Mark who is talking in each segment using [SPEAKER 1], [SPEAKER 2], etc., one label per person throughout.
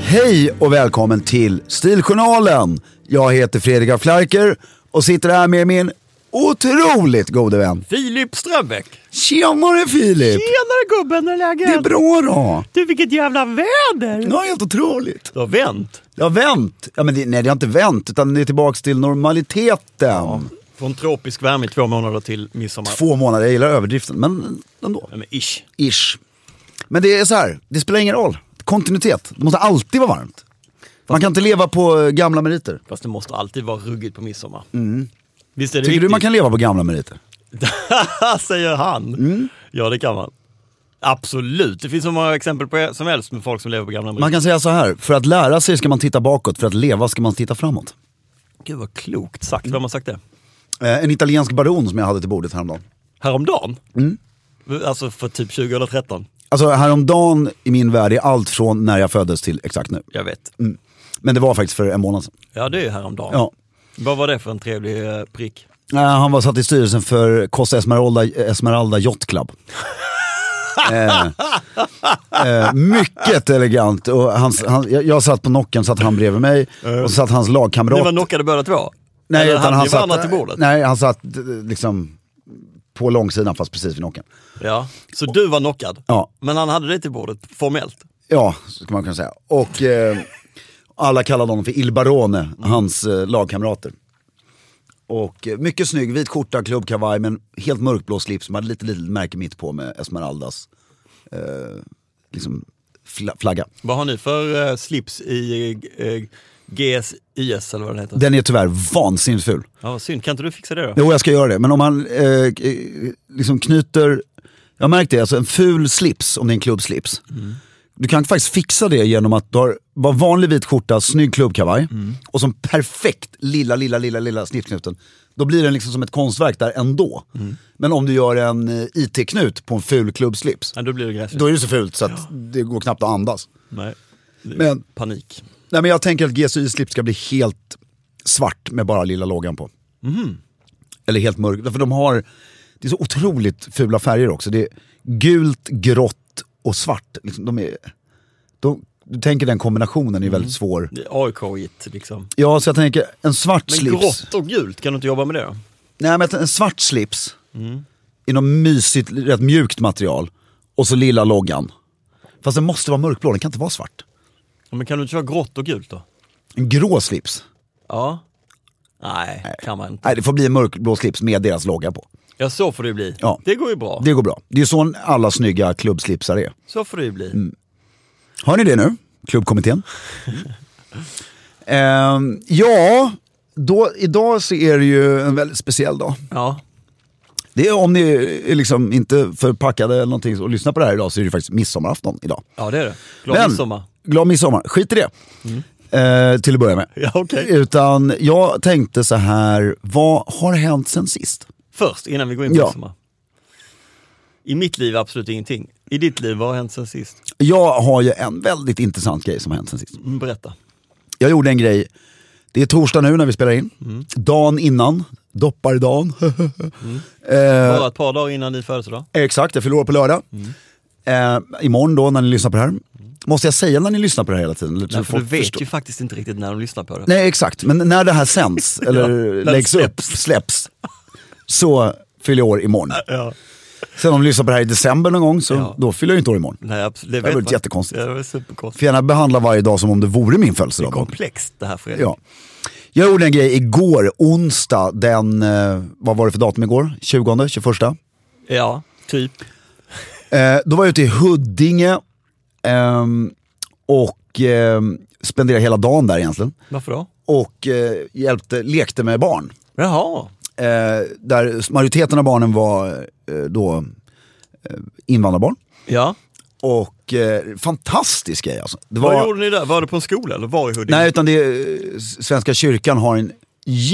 [SPEAKER 1] Hej och välkommen till Stiljournalen. Jag heter Fredrik af Klarker och sitter här med min otroligt gode vän.
[SPEAKER 2] Filip Strömbäck!
[SPEAKER 1] Tjenare Filip!
[SPEAKER 2] Tjenare gubben, hur är läget?
[SPEAKER 1] Det är bra då!
[SPEAKER 2] Du vilket jävla väder!
[SPEAKER 1] Ja, helt otroligt.
[SPEAKER 2] Du har vänt.
[SPEAKER 1] Det har vänt. Ja, men det, nej, det har inte vänt, utan det är tillbaka till normaliteten.
[SPEAKER 2] Från tropisk värme i två månader till midsommar.
[SPEAKER 1] Två månader, jag gillar överdriften, men ändå.
[SPEAKER 2] Nej, Men ish.
[SPEAKER 1] Ish. Men det är så här, det spelar ingen roll. Kontinuitet. Det måste alltid vara varmt. Man kan inte leva på eh, gamla meriter.
[SPEAKER 2] Fast det måste alltid vara ruggigt på midsommar. Visst är det
[SPEAKER 1] Tycker du man
[SPEAKER 2] viktigt?
[SPEAKER 1] kan leva på gamla meriter?
[SPEAKER 2] Säger han. Ja, det kan man. Absolut, det finns så många exempel på som helst med folk som lever på gamla
[SPEAKER 1] Man
[SPEAKER 2] meriter.
[SPEAKER 1] kan säga så här, för att lära sig ska man titta bakåt, för att leva ska man titta framåt.
[SPEAKER 2] Gud vad klokt sagt. Vem har sagt det?
[SPEAKER 1] Eh, En italiensk baron som jag hade till bordet häromdagen.
[SPEAKER 2] Häromdagen? Alltså för typ 2013?
[SPEAKER 1] Alltså häromdagen i min värld är allt från när jag föddes till exakt nu.
[SPEAKER 2] Jag vet.
[SPEAKER 1] Men det var faktiskt för en månad sedan.
[SPEAKER 2] Mm. Ja, det är ju häromdagen.
[SPEAKER 1] Ja.
[SPEAKER 2] Vad var det för en trevlig eh, prick?
[SPEAKER 1] Eh, Han var satt i styrelsen för Costa Esmeralda, Esmeralda Yacht Club. eh, eh, mycket elegant. Och hans, han, jag, jag satt på nocken, satt han bredvid mig och så satt hans lagkamrat.
[SPEAKER 2] Eh. Ni var knockade båda två?
[SPEAKER 1] nej,
[SPEAKER 2] Eller
[SPEAKER 1] utan
[SPEAKER 2] hade
[SPEAKER 1] han
[SPEAKER 2] ni varandra
[SPEAKER 1] satt,
[SPEAKER 2] till bordet?
[SPEAKER 1] nej, han satt eh, liksom på långsidan fast precis vid nocken.
[SPEAKER 2] Ja, så du var knockad?
[SPEAKER 1] Ja.
[SPEAKER 2] Men han hade dig till bordet, formellt?
[SPEAKER 1] Ja, skulle man kunna säga. Och eh, alla kallade honom för Il Barone, hans eh, lagkamrater. Och eh, mycket snygg, vit skjorta, klubbkavaj men helt mörkblå slips. Man hade lite litet märke mitt på med Esmeraldas eh, liksom, fla- flagga.
[SPEAKER 2] Vad har ni för eh, slips i eh, GSIS eller vad den heter?
[SPEAKER 1] Den är tyvärr vansinnigt ful.
[SPEAKER 2] Ja, synd. Kan inte du fixa det då?
[SPEAKER 1] Jo, jag ska göra det. Men om man eh, eh, liksom knyter, jag märkte det, alltså en ful slips, om det är en klubbslips. Du kan faktiskt fixa det genom att du har bara vanlig vit skjorta, snygg klubbkavaj och som perfekt lilla, lilla, lilla, lilla snipsknuten. Då blir den liksom som ett konstverk där ändå. Men om du gör en eh, IT-knut på en ful klubbslips,
[SPEAKER 2] Nej, då blir det gräsligt.
[SPEAKER 1] då är det så fult så att det går knappt att andas.
[SPEAKER 2] Nej. Det är
[SPEAKER 1] Men-
[SPEAKER 2] Panik.
[SPEAKER 1] Nej men jag tänker att GSY-slips ska bli helt svart med bara lilla loggan på.
[SPEAKER 2] Mhm.
[SPEAKER 1] Eller helt mörk, för de har, det är så otroligt fula färger också. Det är gult, grått och svart. Liksom, de är, de, du tänker den kombinationen är
[SPEAKER 2] Mm.
[SPEAKER 1] väldigt svår.
[SPEAKER 2] Det är AIK-igt liksom.
[SPEAKER 1] Ja, så jag tänker en svart
[SPEAKER 2] Men
[SPEAKER 1] slips.
[SPEAKER 2] grått och gult, kan du inte jobba med det? då?
[SPEAKER 1] Nej men en svart
[SPEAKER 2] Mm.
[SPEAKER 1] slips i något mysigt, rätt mjukt material. Och så lilla loggan. Fast den måste vara mörkblå, den kan inte vara svart.
[SPEAKER 2] Ja, men kan du inte köra grått och gult då?
[SPEAKER 1] En grå slips.
[SPEAKER 2] Ja. Nej, kan man inte.
[SPEAKER 1] Nej, det får bli en mörkblå slips med deras logga på.
[SPEAKER 2] Ja, så får det ju bli.
[SPEAKER 1] Ja.
[SPEAKER 2] Det går ju bra.
[SPEAKER 1] Det går bra. Det är ju så alla snygga klubbslipsar är.
[SPEAKER 2] Så får det ju bli.
[SPEAKER 1] Mm. Har ni det nu? Klubbkommittén? Ehm, ja, då, idag så är det ju en väldigt speciell dag.
[SPEAKER 2] Ja.
[SPEAKER 1] Det är om ni är liksom inte förpackade eller någonting och lyssnar på det här idag så är det ju faktiskt midsommarafton idag.
[SPEAKER 2] ja, det är det. Glad
[SPEAKER 1] Men-
[SPEAKER 2] midsommar. Mm.
[SPEAKER 1] Glad midsommar, skit i det. Eh, till att börja med.
[SPEAKER 2] Ja, okej.
[SPEAKER 1] Utan jag tänkte så här, vad har hänt sen sist?
[SPEAKER 2] Först, innan vi går in på
[SPEAKER 1] Ja.
[SPEAKER 2] midsommar. I mitt liv absolut ingenting. I ditt liv, vad har hänt sen sist?
[SPEAKER 1] Jag har ju en väldigt intressant grej som har hänt sen sist.
[SPEAKER 2] Mm, Berätta.
[SPEAKER 1] Jag gjorde en grej, det är torsdag nu när vi spelar in,
[SPEAKER 2] Mm.
[SPEAKER 1] dagen innan, doppardagen. eh,
[SPEAKER 2] Bara ett par dagar innan din födelsedag.
[SPEAKER 1] exakt, jag fyller år på lördag.
[SPEAKER 2] Mm.
[SPEAKER 1] Eh, imorgon då när ni lyssnar på det här. Måste jag säga när ni lyssnar på det här hela tiden? Eller tror
[SPEAKER 2] Nej, för du
[SPEAKER 1] folk
[SPEAKER 2] vet
[SPEAKER 1] förstår?
[SPEAKER 2] ju faktiskt inte riktigt när de lyssnar på det.
[SPEAKER 1] Nej exakt, men när det här sänds, eller
[SPEAKER 2] när det
[SPEAKER 1] läggs
[SPEAKER 2] släpps.
[SPEAKER 1] upp, släpps, så fyller jag år imorgon.
[SPEAKER 2] Ja.
[SPEAKER 1] Sen om du lyssnar på det här i december någon gång, så
[SPEAKER 2] Ja.
[SPEAKER 1] då fyller jag inte år imorgon.
[SPEAKER 2] Nej, absolut.
[SPEAKER 1] Det hade
[SPEAKER 2] vet
[SPEAKER 1] varit
[SPEAKER 2] man.
[SPEAKER 1] jättekonstigt.
[SPEAKER 2] Ja, Det var superkonstigt.
[SPEAKER 1] Får gärna behandla varje dag som om det vore min födelsedag.
[SPEAKER 2] Komplext det här Fredrik.
[SPEAKER 1] Ja. Jag gjorde en grej igår, onsdag, den, eh, vad var det för datum igår? 20, 21?
[SPEAKER 2] ja, typ.
[SPEAKER 1] Eh, då var jag ute i Huddinge ehm, och eh, spenderade hela dagen där egentligen.
[SPEAKER 2] Varför då?
[SPEAKER 1] Och eh, hjälpte, lekte med barn.
[SPEAKER 2] Jaha.
[SPEAKER 1] Eh, där majoriteten av barnen var eh, då eh, invandrarbarn.
[SPEAKER 2] Ja.
[SPEAKER 1] Och eh, fantastisk grej alltså. Det
[SPEAKER 2] Vad
[SPEAKER 1] var-
[SPEAKER 2] gjorde ni där? Var det på en skola eller var i Huddinge?
[SPEAKER 1] Nej, utan det är, Svenska kyrkan har en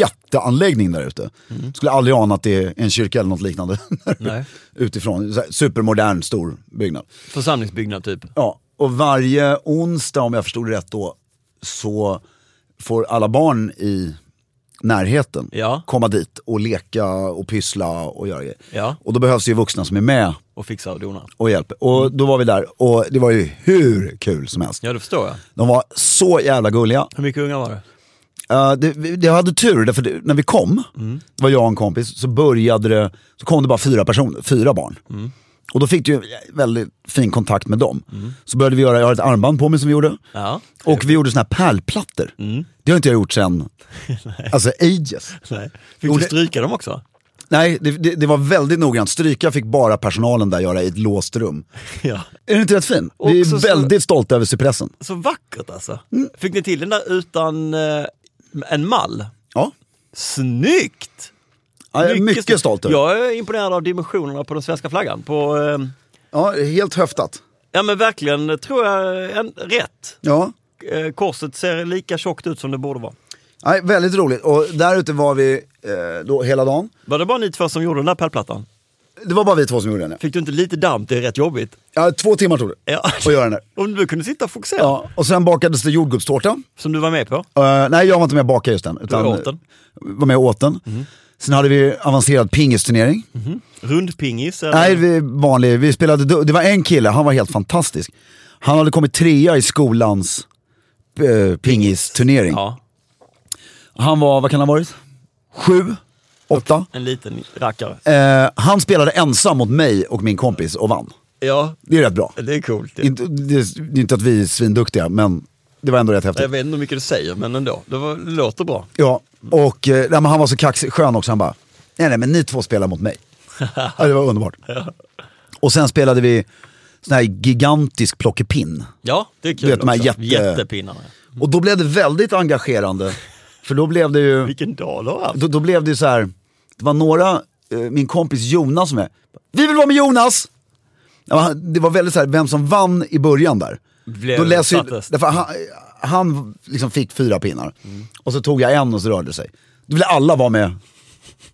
[SPEAKER 1] jätteanläggning där ute. Skulle aldrig ana att det är en kyrka eller något liknande.
[SPEAKER 2] Mm. Nej.
[SPEAKER 1] Utifrån, Så här, supermodern stor byggnad.
[SPEAKER 2] Församlingsbyggnad typ.
[SPEAKER 1] Ja, och varje onsdag om jag förstod det rätt då så får alla barn i närheten
[SPEAKER 2] Ja.
[SPEAKER 1] komma dit och leka och pyssla och göra grejer.
[SPEAKER 2] Ja.
[SPEAKER 1] Och då behövs det ju vuxna som är med
[SPEAKER 2] Och fixa och dona.
[SPEAKER 1] och hjälper. Och då var vi där och det var ju hur kul som helst.
[SPEAKER 2] Ja, det förstår jag.
[SPEAKER 1] De var så jävla gulliga.
[SPEAKER 2] Hur mycket unga var det?
[SPEAKER 1] Eh, det, vi- det hade tur, därför det, när vi kom, det var jag och en kompis, så började det, så kom det bara fyra personer, fyra barn. Och då fick du ju väldigt fin kontakt med dem. Så började vi göra, jag har ett armband på mig som vi gjorde.
[SPEAKER 2] Ja.
[SPEAKER 1] Och vi gjorde såna här pärlplattor. Det har inte jag gjort sen, alltså ages.
[SPEAKER 2] Nej.
[SPEAKER 1] Jo,
[SPEAKER 2] Fick du
[SPEAKER 1] det-
[SPEAKER 2] stryka dem också?
[SPEAKER 1] Nej, det, det, det var väldigt noggrant. Stryka fick bara personalen där göra i ett låst rum.
[SPEAKER 2] Ja.
[SPEAKER 1] Är det inte rätt fin? Vi
[SPEAKER 2] Också
[SPEAKER 1] är
[SPEAKER 2] så-
[SPEAKER 1] väldigt stolta över cypressen.
[SPEAKER 2] Så vackert alltså.
[SPEAKER 1] Mm.
[SPEAKER 2] Fick ni till den där utan eh, en mall?
[SPEAKER 1] Ja,
[SPEAKER 2] Snyggt!
[SPEAKER 1] ja jag är mycket stolt över.
[SPEAKER 2] Jag är imponerad av dimensionerna på den svenska flaggan. På, eh,
[SPEAKER 1] Ja, helt höftat.
[SPEAKER 2] ja men verkligen, eh, tror jag, en, rätt.
[SPEAKER 1] Ja.
[SPEAKER 2] Eh, korset ser lika tjockt ut som det borde vara.
[SPEAKER 1] Nej, väldigt roligt. Och där ute var vi eh, då hela dagen.
[SPEAKER 2] Var det bara ni två som gjorde den där pärlplattan?
[SPEAKER 1] Det var bara vi två som gjorde den. ja.
[SPEAKER 2] Fick du inte lite damp? Det är rätt jobbigt.
[SPEAKER 1] Ja, två timmar tog det
[SPEAKER 2] Ja.
[SPEAKER 1] att göra den där.
[SPEAKER 2] Om du kunde sitta och fokusera,
[SPEAKER 1] Ja, och sen bakades det jordgubbstårta.
[SPEAKER 2] som du var med på.
[SPEAKER 1] Eh, nej, jag var inte med och bakade just den. Utan eh,
[SPEAKER 2] åt den?
[SPEAKER 1] Var med och åt den. Sen hade vi avancerad pingisturnering.
[SPEAKER 2] Rundpingis? eller?
[SPEAKER 1] Nej, vi, vanlig, vi spelade, du- det var en kille, han var helt fantastisk. Han hade kommit trea i skolans eh, pingisturnering.
[SPEAKER 2] Ja,
[SPEAKER 1] Han var, vad kan han ha varit? Sju? Åtta?
[SPEAKER 2] en liten rackare.
[SPEAKER 1] Eh, han spelade ensam mot mig och min kompis och vann.
[SPEAKER 2] Ja,
[SPEAKER 1] Det är rätt bra.
[SPEAKER 2] det är coolt. Det.
[SPEAKER 1] Inte, det, det är inte att vi är svinduktiga, men det var ändå rätt häftigt.
[SPEAKER 2] Jag vet inte hur mycket du säger, men ändå. Det, var, det låter bra.
[SPEAKER 1] Ja, och eh, nej, men han var så kaxig, skön också. Han bara, nej nej men ni två spelar mot mig. ja, det var underbart. Och sen spelade vi sån här gigantisk plockepinn.
[SPEAKER 2] Ja, det är kul
[SPEAKER 1] Du vet, de här
[SPEAKER 2] också.
[SPEAKER 1] jätte-
[SPEAKER 2] Jättepinnarna.
[SPEAKER 1] Och då blev det väldigt engagerande. För då blev det ju,
[SPEAKER 2] Vilken dag du har haft.
[SPEAKER 1] då, då blev det ju så här, det var några, eh, min kompis Jonas som är, vi vill vara med Jonas! Ja, men han- Det var väldigt så här, vem som vann i början där.
[SPEAKER 2] Blev
[SPEAKER 1] då läser ju,
[SPEAKER 2] sattest.
[SPEAKER 1] därför han, han liksom fick fyra pinnar och så tog jag en och så rörde det sig. Då ville alla vara med,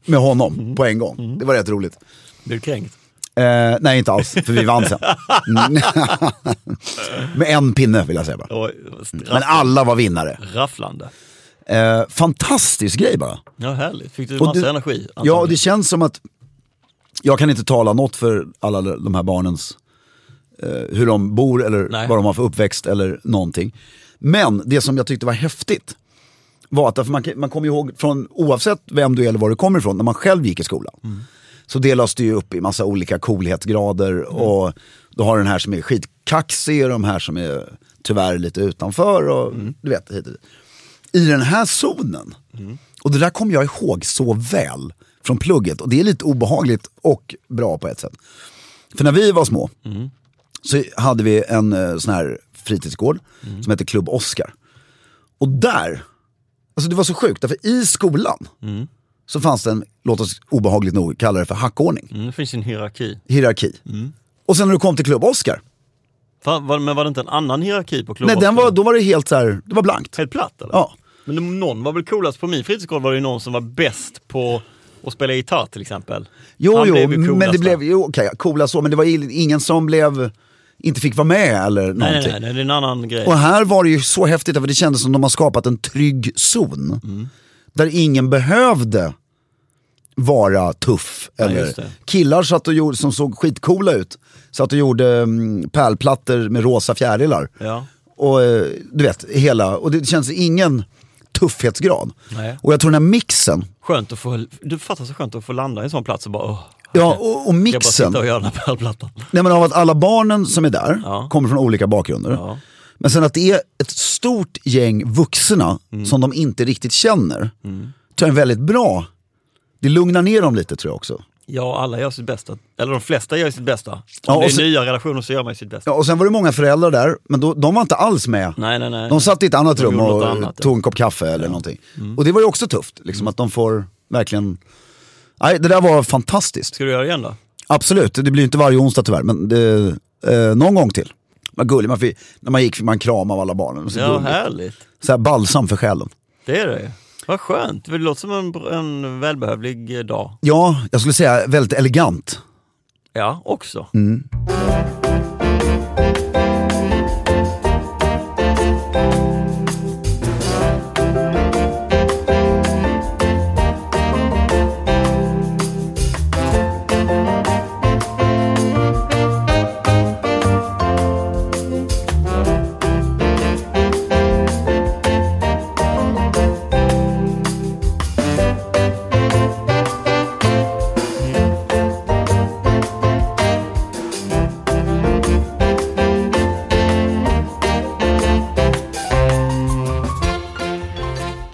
[SPEAKER 1] med honom på en gång. Det var rätt roligt.
[SPEAKER 2] Blev du kränkt?
[SPEAKER 1] Eh, nej, inte alls, för vi vann sen. Mm. med en pinne vill jag säga bara.
[SPEAKER 2] Oj,
[SPEAKER 1] Men
[SPEAKER 2] straff,
[SPEAKER 1] alla var vinnare.
[SPEAKER 2] rafflande.
[SPEAKER 1] Eh, fantastisk grej bara.
[SPEAKER 2] Ja, härligt. Fick du
[SPEAKER 1] Och
[SPEAKER 2] massa
[SPEAKER 1] det-
[SPEAKER 2] energi?
[SPEAKER 1] Ja, och
[SPEAKER 2] antagligen?
[SPEAKER 1] det känns som att jag kan inte tala något för alla de här barnens, eh, hur de bor eller
[SPEAKER 2] Nej.
[SPEAKER 1] vad de har för uppväxt eller någonting. Men det som jag tyckte var häftigt var att därför man, kan- man kommer ihåg från, oavsett vem du är eller var du kommer ifrån, när man själv gick i skolan. Så delas det ju upp i massa olika coolhetsgrader och du har den här som är skitkaxig och de här som är tyvärr lite utanför och du vet hit och dit. I den här zonen, och det där kommer jag ihåg så väl från plugget och det är lite obehagligt och bra på ett sätt. För när vi var små så hade vi en eh, sån här fritidsgård som hette Klubb Oscar. Och där, alltså det var så sjukt, därför i skolan så fanns det en, låt oss obehagligt nog kalla det för hackordning,
[SPEAKER 2] Mm, det finns en hierarki.
[SPEAKER 1] hierarki. Och sen när du kom till Klubb Oscar,
[SPEAKER 2] Fan, var, men var det inte en annan hierarki på klubben?
[SPEAKER 1] nej, den var, då var det helt så här, det var blankt.
[SPEAKER 2] Helt platt eller?
[SPEAKER 1] Ja.
[SPEAKER 2] Men det- någon var väl coolast, på min fritidsgård var det ju någon som var bäst på att spela gitarr till exempel.
[SPEAKER 1] Jo,
[SPEAKER 2] Han
[SPEAKER 1] jo,
[SPEAKER 2] blev ju coolast
[SPEAKER 1] men det
[SPEAKER 2] där.
[SPEAKER 1] blev, jo, okay, coola så, men det var il- ingen som blev, inte fick vara med eller någonting.
[SPEAKER 2] Nej, nej, nej, nej, det är en annan grej.
[SPEAKER 1] Och här var det ju så häftigt, för det kändes som de har skapat en trygg zon. Där ingen behövde vara tuff. Eller.
[SPEAKER 2] just det.
[SPEAKER 1] Killar satt och gjorde, som såg skitcoola ut, satt och gjorde mm, pärlplattor med rosa fjärilar.
[SPEAKER 2] Ja.
[SPEAKER 1] Och eh, du vet, hela, och det känns ingen tuffhetsgrad.
[SPEAKER 2] Nej.
[SPEAKER 1] Och jag tror den här mixen,
[SPEAKER 2] Skönt att få, du fattar så skönt att få landa i en sån plats och bara åh,
[SPEAKER 1] ja, och, och
[SPEAKER 2] jag bara sitta
[SPEAKER 1] mixen,
[SPEAKER 2] och göra den här pärlplattan.
[SPEAKER 1] nej, men av att alla barnen som är där
[SPEAKER 2] Ja.
[SPEAKER 1] kommer från olika bakgrunder.
[SPEAKER 2] Ja.
[SPEAKER 1] Men sen att det är ett stort gäng vuxna
[SPEAKER 2] Mm.
[SPEAKER 1] som de inte riktigt känner. Tror jag är väldigt bra. Det lugnar ner dem lite tror jag också.
[SPEAKER 2] ja, alla gör sitt bästa. Eller de flesta gör sitt bästa. Om
[SPEAKER 1] Ja, och
[SPEAKER 2] det är
[SPEAKER 1] så-
[SPEAKER 2] nya relationer så gör man ju sitt bästa.
[SPEAKER 1] Ja, och sen var det många föräldrar där, men då, de var inte alls med.
[SPEAKER 2] Nej, nej, nej.
[SPEAKER 1] De satt i ett annat
[SPEAKER 2] De
[SPEAKER 1] rum
[SPEAKER 2] gjorde något
[SPEAKER 1] och
[SPEAKER 2] annat, ja. Mm.
[SPEAKER 1] tog en kopp kaffe eller någonting. Och det var ju också tufft, liksom att de får verkligen... Nej, det där var fantastiskt.
[SPEAKER 2] Ska du göra det igen då?
[SPEAKER 1] Absolut, det blir ju inte varje onsdag tyvärr, men det, eh, någon gång till. Vad gullig, man fick, när man gick fick man kram av alla barnen. Så,
[SPEAKER 2] Ja,
[SPEAKER 1] ja,
[SPEAKER 2] härligt.
[SPEAKER 1] så här balsam för själen.
[SPEAKER 2] Det är det ju. Vad skönt. Det låter som en, br- en välbehövlig eh, dag.
[SPEAKER 1] Ja, jag skulle säga väldigt elegant.
[SPEAKER 2] Ja, också.
[SPEAKER 1] Mm.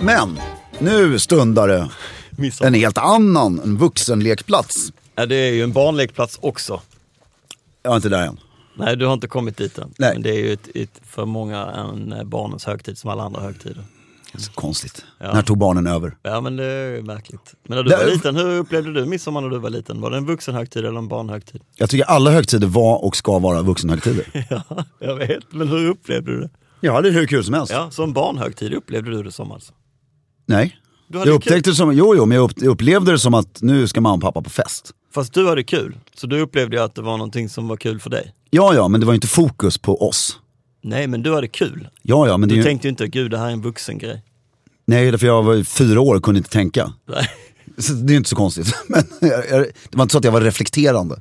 [SPEAKER 1] Men nu stundar det
[SPEAKER 2] Midsommar.
[SPEAKER 1] en helt annan en vuxenlekplats.
[SPEAKER 2] Ja, det är ju en barnlekplats också.
[SPEAKER 1] Jag är inte där än.
[SPEAKER 2] Nej, du har inte kommit dit än.
[SPEAKER 1] Nej.
[SPEAKER 2] Men det är ju ett, ett, för många en eh, barnens högtid som alla andra högtider.
[SPEAKER 1] Så konstigt. När tog barnen över?
[SPEAKER 2] Ja, men det är ju märkligt. Men när du
[SPEAKER 1] Det-
[SPEAKER 2] var liten, hur upplevde du midsommar när du var liten? Var det en vuxenhögtid eller en barnhögtid?
[SPEAKER 1] Jag tycker alla högtider var och ska vara vuxenhögtider.
[SPEAKER 2] Ja, jag vet. Men hur upplevde du det?
[SPEAKER 1] ja, det är hur kul som helst.
[SPEAKER 2] Ja, som barnhögtid upplevde du det som alltså?
[SPEAKER 1] Nej.
[SPEAKER 2] Du
[SPEAKER 1] Jag upptäckte det som, jo, jo, men jag upp- jag upplevde det som att nu ska mamma och pappa på fest.
[SPEAKER 2] kul. Fast du hade kul, så du upplevde ju att det var någonting som var kul för dig.
[SPEAKER 1] Ja, ja, men det var ju inte fokus på oss.
[SPEAKER 2] Nej, men du hade kul.
[SPEAKER 1] Ja, ja, men det
[SPEAKER 2] Du
[SPEAKER 1] är ju,
[SPEAKER 2] tänkte ju inte, gud det här är en vuxengrej.
[SPEAKER 1] nej, därför jag var ju fyra år och kunde inte tänka.
[SPEAKER 2] Nej.
[SPEAKER 1] Så det är ju inte så konstigt. Men jag, jag, det var inte så att jag var reflekterande.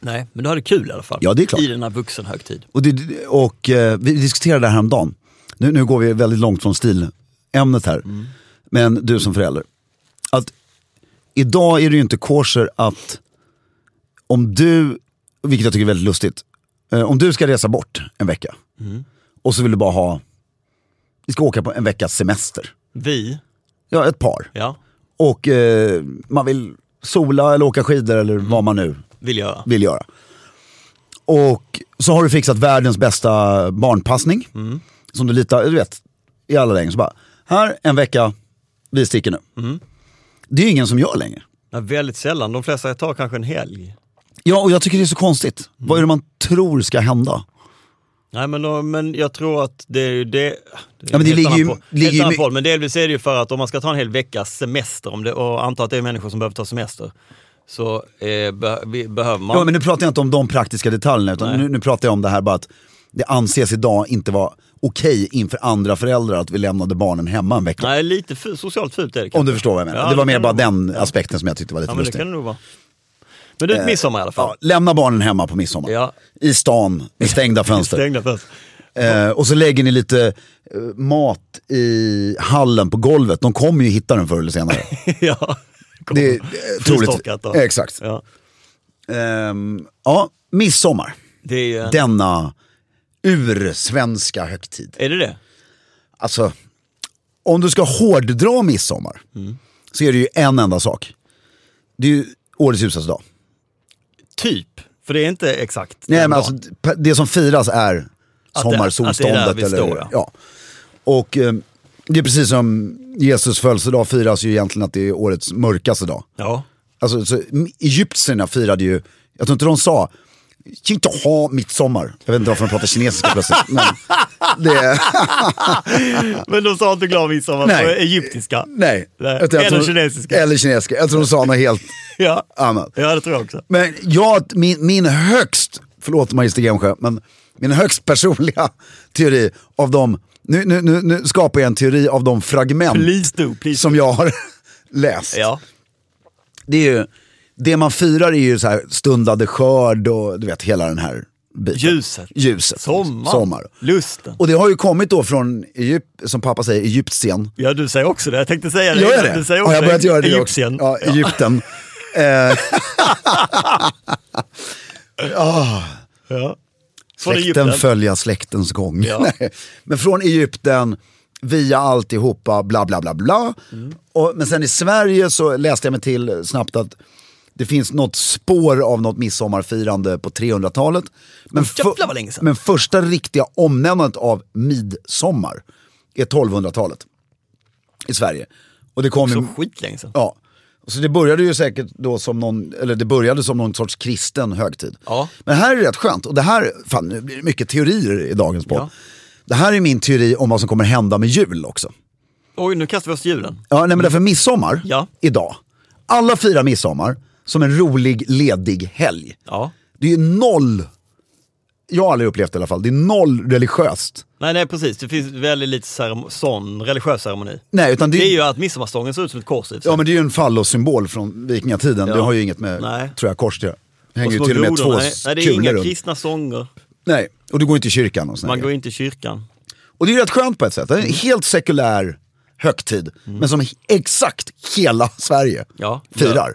[SPEAKER 2] Nej, men du hade kul i alla fall.
[SPEAKER 1] Ja, det är klart.
[SPEAKER 2] I den här vuxenhögtid.
[SPEAKER 1] Och, det, och eh, vi diskuterade det här häromdagen. Nu, nu går vi väldigt långt från stilämnet här. Men du som förälder. Att idag är det ju inte kosher att om du, vilket jag tycker är väldigt lustigt. Eh, om du ska resa bort en vecka. Och så vill du bara ha, vi ska åka på en veckas semester.
[SPEAKER 2] Vi,
[SPEAKER 1] Ja, ett par.
[SPEAKER 2] ja,
[SPEAKER 1] Och eh, man vill sola eller åka skidor eller vad man nu
[SPEAKER 2] vill göra.
[SPEAKER 1] vill göra. Och så har du fixat världens bästa barnpassning. Som du litar, du vet, i alla lägen. Så bara, här en vecka, vi sticker nu. Det är ju ingen som gör längre.
[SPEAKER 2] Ja, väldigt sällan, de flesta tar kanske en helg.
[SPEAKER 1] Ja, och jag tycker det är så konstigt. Vad är det man tror ska hända?
[SPEAKER 2] Nej men, då, men jag tror att det är ju det... det är
[SPEAKER 1] men det
[SPEAKER 2] helt
[SPEAKER 1] ligger
[SPEAKER 2] annan
[SPEAKER 1] ju-
[SPEAKER 2] på- helt
[SPEAKER 1] ligger ju
[SPEAKER 2] annan
[SPEAKER 1] my-
[SPEAKER 2] på, Men delvis är det ju för att om man ska ta en hel veckas semester om det, och anta att det är människor som behöver ta semester. Så eh, be, vi, behöver man...
[SPEAKER 1] Ja, men nu pratar jag inte om de praktiska detaljerna, utan nu, nu pratar jag om det här bara att det anses idag inte vara okej inför andra föräldrar att vi lämnade barnen hemma en vecka.
[SPEAKER 2] Nej lite fu- socialt fult är det kanske.
[SPEAKER 1] Om du förstår vad jag menar.
[SPEAKER 2] Ja,
[SPEAKER 1] det var mer
[SPEAKER 2] kan
[SPEAKER 1] bara
[SPEAKER 2] nog-
[SPEAKER 1] den aspekten som jag tyckte var lite
[SPEAKER 2] Ja men det
[SPEAKER 1] lustig.
[SPEAKER 2] kan det nog vara. Men du, midsommar i alla fall.
[SPEAKER 1] Eh, Ja, lämna barnen hemma på midsommar.
[SPEAKER 2] Ja.
[SPEAKER 1] I stan med stängda fönster.
[SPEAKER 2] Stängda först.
[SPEAKER 1] Eh, och så lägger ni lite eh, mat i hallen på golvet. De kommer ju hitta den förr eller senare.
[SPEAKER 2] ja.
[SPEAKER 1] Det är eh,
[SPEAKER 2] Fristockat
[SPEAKER 1] troligt.
[SPEAKER 2] då.
[SPEAKER 1] Exakt.
[SPEAKER 2] Ja.
[SPEAKER 1] Ehm, ja, midsommar.
[SPEAKER 2] Det är, ju-
[SPEAKER 1] Denna ursvenska högtid.
[SPEAKER 2] är det det?
[SPEAKER 1] Alltså, om du ska hårddra midsommar
[SPEAKER 2] Mm.
[SPEAKER 1] så är det ju en enda sak. Det är ju årets ljusaste dag.
[SPEAKER 2] Typ. För det är inte exakt.
[SPEAKER 1] Nej,
[SPEAKER 2] den
[SPEAKER 1] men
[SPEAKER 2] dagen.
[SPEAKER 1] alltså, pe- det som firas är
[SPEAKER 2] Att det-
[SPEAKER 1] sommarsolståndet.
[SPEAKER 2] att det är där vi
[SPEAKER 1] eller,
[SPEAKER 2] står, ja.
[SPEAKER 1] ja. Och eh, det är precis som Jesus födelsedag firas ju egentligen att det är årets mörkaste dag.
[SPEAKER 2] Ja.
[SPEAKER 1] Alltså, så, m- egyptierna firade ju, jag tror inte de sa, "Jag kan inte ha midsommar. Jag vet inte varför de pratar kinesiska plötsligt. Men det,
[SPEAKER 2] Men de sa inte glad midsommar
[SPEAKER 1] Nej.
[SPEAKER 2] på egyptiska.
[SPEAKER 1] nej.
[SPEAKER 2] Nej.
[SPEAKER 1] Jag tror- jag
[SPEAKER 2] Eller
[SPEAKER 1] tror-
[SPEAKER 2] kinesiska.
[SPEAKER 1] Eller kinesiska. Jag tror de sa något helt
[SPEAKER 2] Ja.
[SPEAKER 1] annat.
[SPEAKER 2] ja, det tror jag också.
[SPEAKER 1] Men jag, min, min högst, förlåt magister Gemsjö, men min högst personliga teori av de, nu, nu, nu, nu skapar jag en teori av de fragment
[SPEAKER 2] Please do, please
[SPEAKER 1] som jag har läst.
[SPEAKER 2] Ja.
[SPEAKER 1] Det är ju, det man firar är ju så här stundade skörd och du vet hela den här biten.
[SPEAKER 2] Ljuset.
[SPEAKER 1] Ljuset.
[SPEAKER 2] Sommar.
[SPEAKER 1] Sommar.
[SPEAKER 2] Lusten.
[SPEAKER 1] Och det har ju kommit då från, Egypt, som pappa säger, Egyptien.
[SPEAKER 2] Ja, du säger också det. Jag tänkte säga det.
[SPEAKER 1] Gör
[SPEAKER 2] innan.
[SPEAKER 1] jag det?
[SPEAKER 2] Du säger
[SPEAKER 1] Har
[SPEAKER 2] också
[SPEAKER 1] jag börjat göra det också?
[SPEAKER 2] Egyptien.
[SPEAKER 1] Ja, Egypten. Eh,
[SPEAKER 2] Ja. Från
[SPEAKER 1] släkten
[SPEAKER 2] Egypten.
[SPEAKER 1] följa släktens gång.
[SPEAKER 2] Ja.
[SPEAKER 1] Nej. Men från Egypten, via alltihopa, bla bla bla bla.
[SPEAKER 2] Mm.
[SPEAKER 1] Och, men sen i Sverige så läste jag mig till snabbt att det finns något spår av något midsommarfirande på 300-talet. Men,
[SPEAKER 2] Åh, jävlar vad länge sedan.
[SPEAKER 1] men första riktiga omnämnandet av midsommar är 1200-talet i Sverige. Och det kom ju-
[SPEAKER 2] Så skitlänge sedan.
[SPEAKER 1] Ja. Så det började ju säkert då som någon, eller det började som någon sorts kristen högtid.
[SPEAKER 2] Ja.
[SPEAKER 1] Men här är det rätt skönt, och det här, fan nu blir det mycket teorier i dagens podd.
[SPEAKER 2] Ja.
[SPEAKER 1] Det här är min teori om vad som kommer hända med jul också.
[SPEAKER 2] Oj, nu kastar vi oss till julen.
[SPEAKER 1] Ja, nej men därför midsommar,
[SPEAKER 2] Ja.
[SPEAKER 1] idag. Alla firar midsommar som en rolig ledig helg.
[SPEAKER 2] Ja.
[SPEAKER 1] Det är ju noll, jag har aldrig upplevt det i alla fall, det är noll religiöst.
[SPEAKER 2] Nej, nej, precis. Det finns väldigt lite ceremo- sån religiös ceremoni.
[SPEAKER 1] Nej, utan det,
[SPEAKER 2] Det är ju att midsommarstången ser ut som ett kors i och för sig.
[SPEAKER 1] Ja men det är ju en fallossymbol från vikingatiden,
[SPEAKER 2] Ja.
[SPEAKER 1] det har ju inget med,
[SPEAKER 2] Nej.
[SPEAKER 1] tror jag, kors till. Det
[SPEAKER 2] Och
[SPEAKER 1] hänger ju
[SPEAKER 2] små
[SPEAKER 1] till och med två
[SPEAKER 2] grodorna. Nej, Nej, det är
[SPEAKER 1] kulor
[SPEAKER 2] inga
[SPEAKER 1] runt.
[SPEAKER 2] kristna sånger.
[SPEAKER 1] Nej, och du går inte i kyrkan och sådär.
[SPEAKER 2] Man går inte i kyrkan.
[SPEAKER 1] Och det är rätt skönt på ett sätt. Det är en helt sekulär högtid, men som he- exakt hela Sverige
[SPEAKER 2] Mm. Ja, mm.
[SPEAKER 1] firar.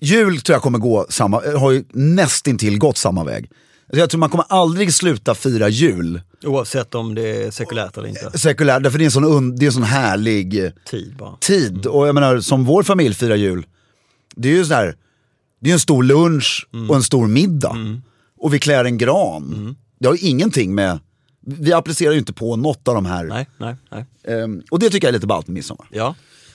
[SPEAKER 1] Jul tror jag kommer gå samma, har ju nästintill gått samma väg. Jag tror man kommer aldrig sluta fira jul
[SPEAKER 2] Oavsett om det är sekulärt eller inte.
[SPEAKER 1] sekulär, därför det är en sån, un, det är en sån härlig eh,
[SPEAKER 2] Tid bara.
[SPEAKER 1] tid.
[SPEAKER 2] Mm.
[SPEAKER 1] Och jag menar, som vår familj firar jul, det är ju så här, det är en stor lunch
[SPEAKER 2] Mm.
[SPEAKER 1] och en stor middag. Och vi klär en gran. Det har ju ingenting med, vi applicerar ju inte på något av de här.
[SPEAKER 2] Nej, nej, nej.
[SPEAKER 1] Ehm, och det tycker jag är lite ballt med midsommar.
[SPEAKER 2] Ja.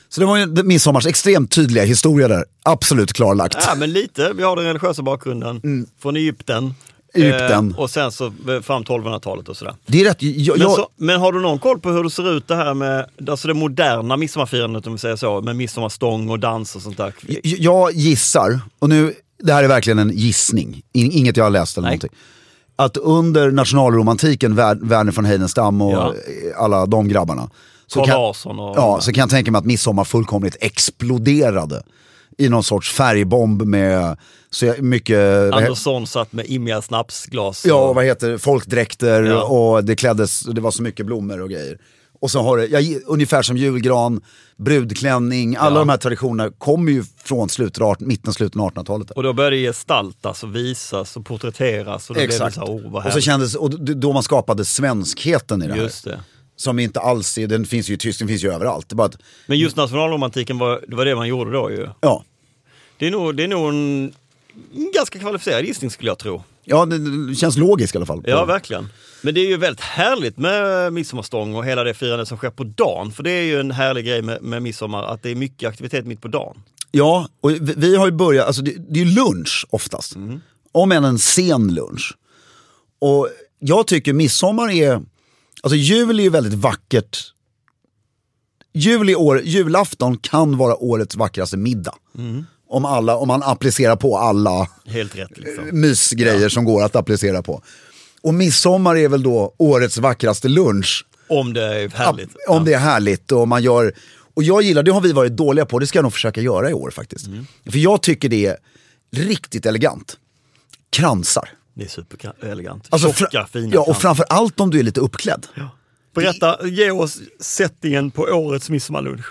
[SPEAKER 1] Så det var ju det- midsommars extremt tydliga historia där, absolut klarlagt.
[SPEAKER 2] ja, men lite. Vi har den religiösa bakgrunden från Egypten.
[SPEAKER 1] Mm. Egypten.
[SPEAKER 2] Eh, och sen så eh, fram 1200-talet och sådär.
[SPEAKER 1] Det är rätt, jag,
[SPEAKER 2] Men,
[SPEAKER 1] jag,
[SPEAKER 2] så, men har du någon koll på hur det ser ut det här med alltså det moderna midsommarfirandet om vi säger så, med midsommarstång och dans och sånt där?
[SPEAKER 1] jag, jag gissar, och nu, det här är verkligen en gissning, In, inget jag har läst eller
[SPEAKER 2] Nej.
[SPEAKER 1] någonting. Att under nationalromantiken, Ver- Werner von Heidenstam och
[SPEAKER 2] Ja.
[SPEAKER 1] eh, alla de grabbarna. Så
[SPEAKER 2] Carl
[SPEAKER 1] kan,
[SPEAKER 2] Larsson och...
[SPEAKER 1] ja, så kan jag tänka mig att midsommar fullkomligt exploderade. I någon sorts färgbomb med så jag- mycket... vad he-
[SPEAKER 2] Andersson satt med immiga snapsglas.
[SPEAKER 1] Ja,
[SPEAKER 2] och-
[SPEAKER 1] och vad heter det? folkdräkter
[SPEAKER 2] Ja.
[SPEAKER 1] och det kläddes, det var så mycket blommor och grejer. Och så har det, jag, ungefär som julgran, brudklänning, alla de här traditionerna kommer ju från slutet, av 18 mitten, slutet av 1800-talet.
[SPEAKER 2] och då började det gestaltas och visas och porträtteras. Och då blev det
[SPEAKER 1] Exakt.
[SPEAKER 2] så här, oh, vad
[SPEAKER 1] och så
[SPEAKER 2] härligt.
[SPEAKER 1] kändes, och d- då man skapade svenskheten i det här.
[SPEAKER 2] Just det.
[SPEAKER 1] Som inte alls är, den finns ju i Tyskland, den finns ju överallt. Det är bara att,
[SPEAKER 2] Men just nationalromantiken var det, var det man gjorde då ju.
[SPEAKER 1] ja,
[SPEAKER 2] Det är nog, det är nog en en ganska kvalificerad gissning skulle jag tro.
[SPEAKER 1] ja det, det känns logiskt i alla fall.
[SPEAKER 2] Ja, verkligen. Men det är ju väldigt härligt med midsommarstång och hela det firandet som sker på dagen. För det är ju en härlig grej med, med midsommar, att det är mycket aktivitet mitt på dagen.
[SPEAKER 1] Ja, och vi, vi har ju börjat, alltså det, det är ju lunch oftast. Om än en sen lunch. Och jag tycker midsommar är, alltså jul är ju väldigt vackert. Jul i år, julafton kan vara årets vackraste middag. Om, alla, om man applicerar på alla
[SPEAKER 2] Helt rätt liksom.
[SPEAKER 1] mysgrejer som går att applicera på. Och midsommar är väl då årets vackraste lunch.
[SPEAKER 2] Om det är härligt.
[SPEAKER 1] Ja, Om det är härligt och man gör... Och jag gillar, det har vi varit dåliga på, det ska jag nog försöka göra i år faktiskt.
[SPEAKER 2] Mm.
[SPEAKER 1] För jag tycker det är riktigt elegant. Kransar.
[SPEAKER 2] Det är superelegant.
[SPEAKER 1] Alltså,
[SPEAKER 2] Tjocka,
[SPEAKER 1] fra-
[SPEAKER 2] fina
[SPEAKER 1] Ja, och
[SPEAKER 2] kransar.
[SPEAKER 1] framför allt om du är lite uppklädd.
[SPEAKER 2] Berätta, ge oss sättningen på årets midsommarlunch.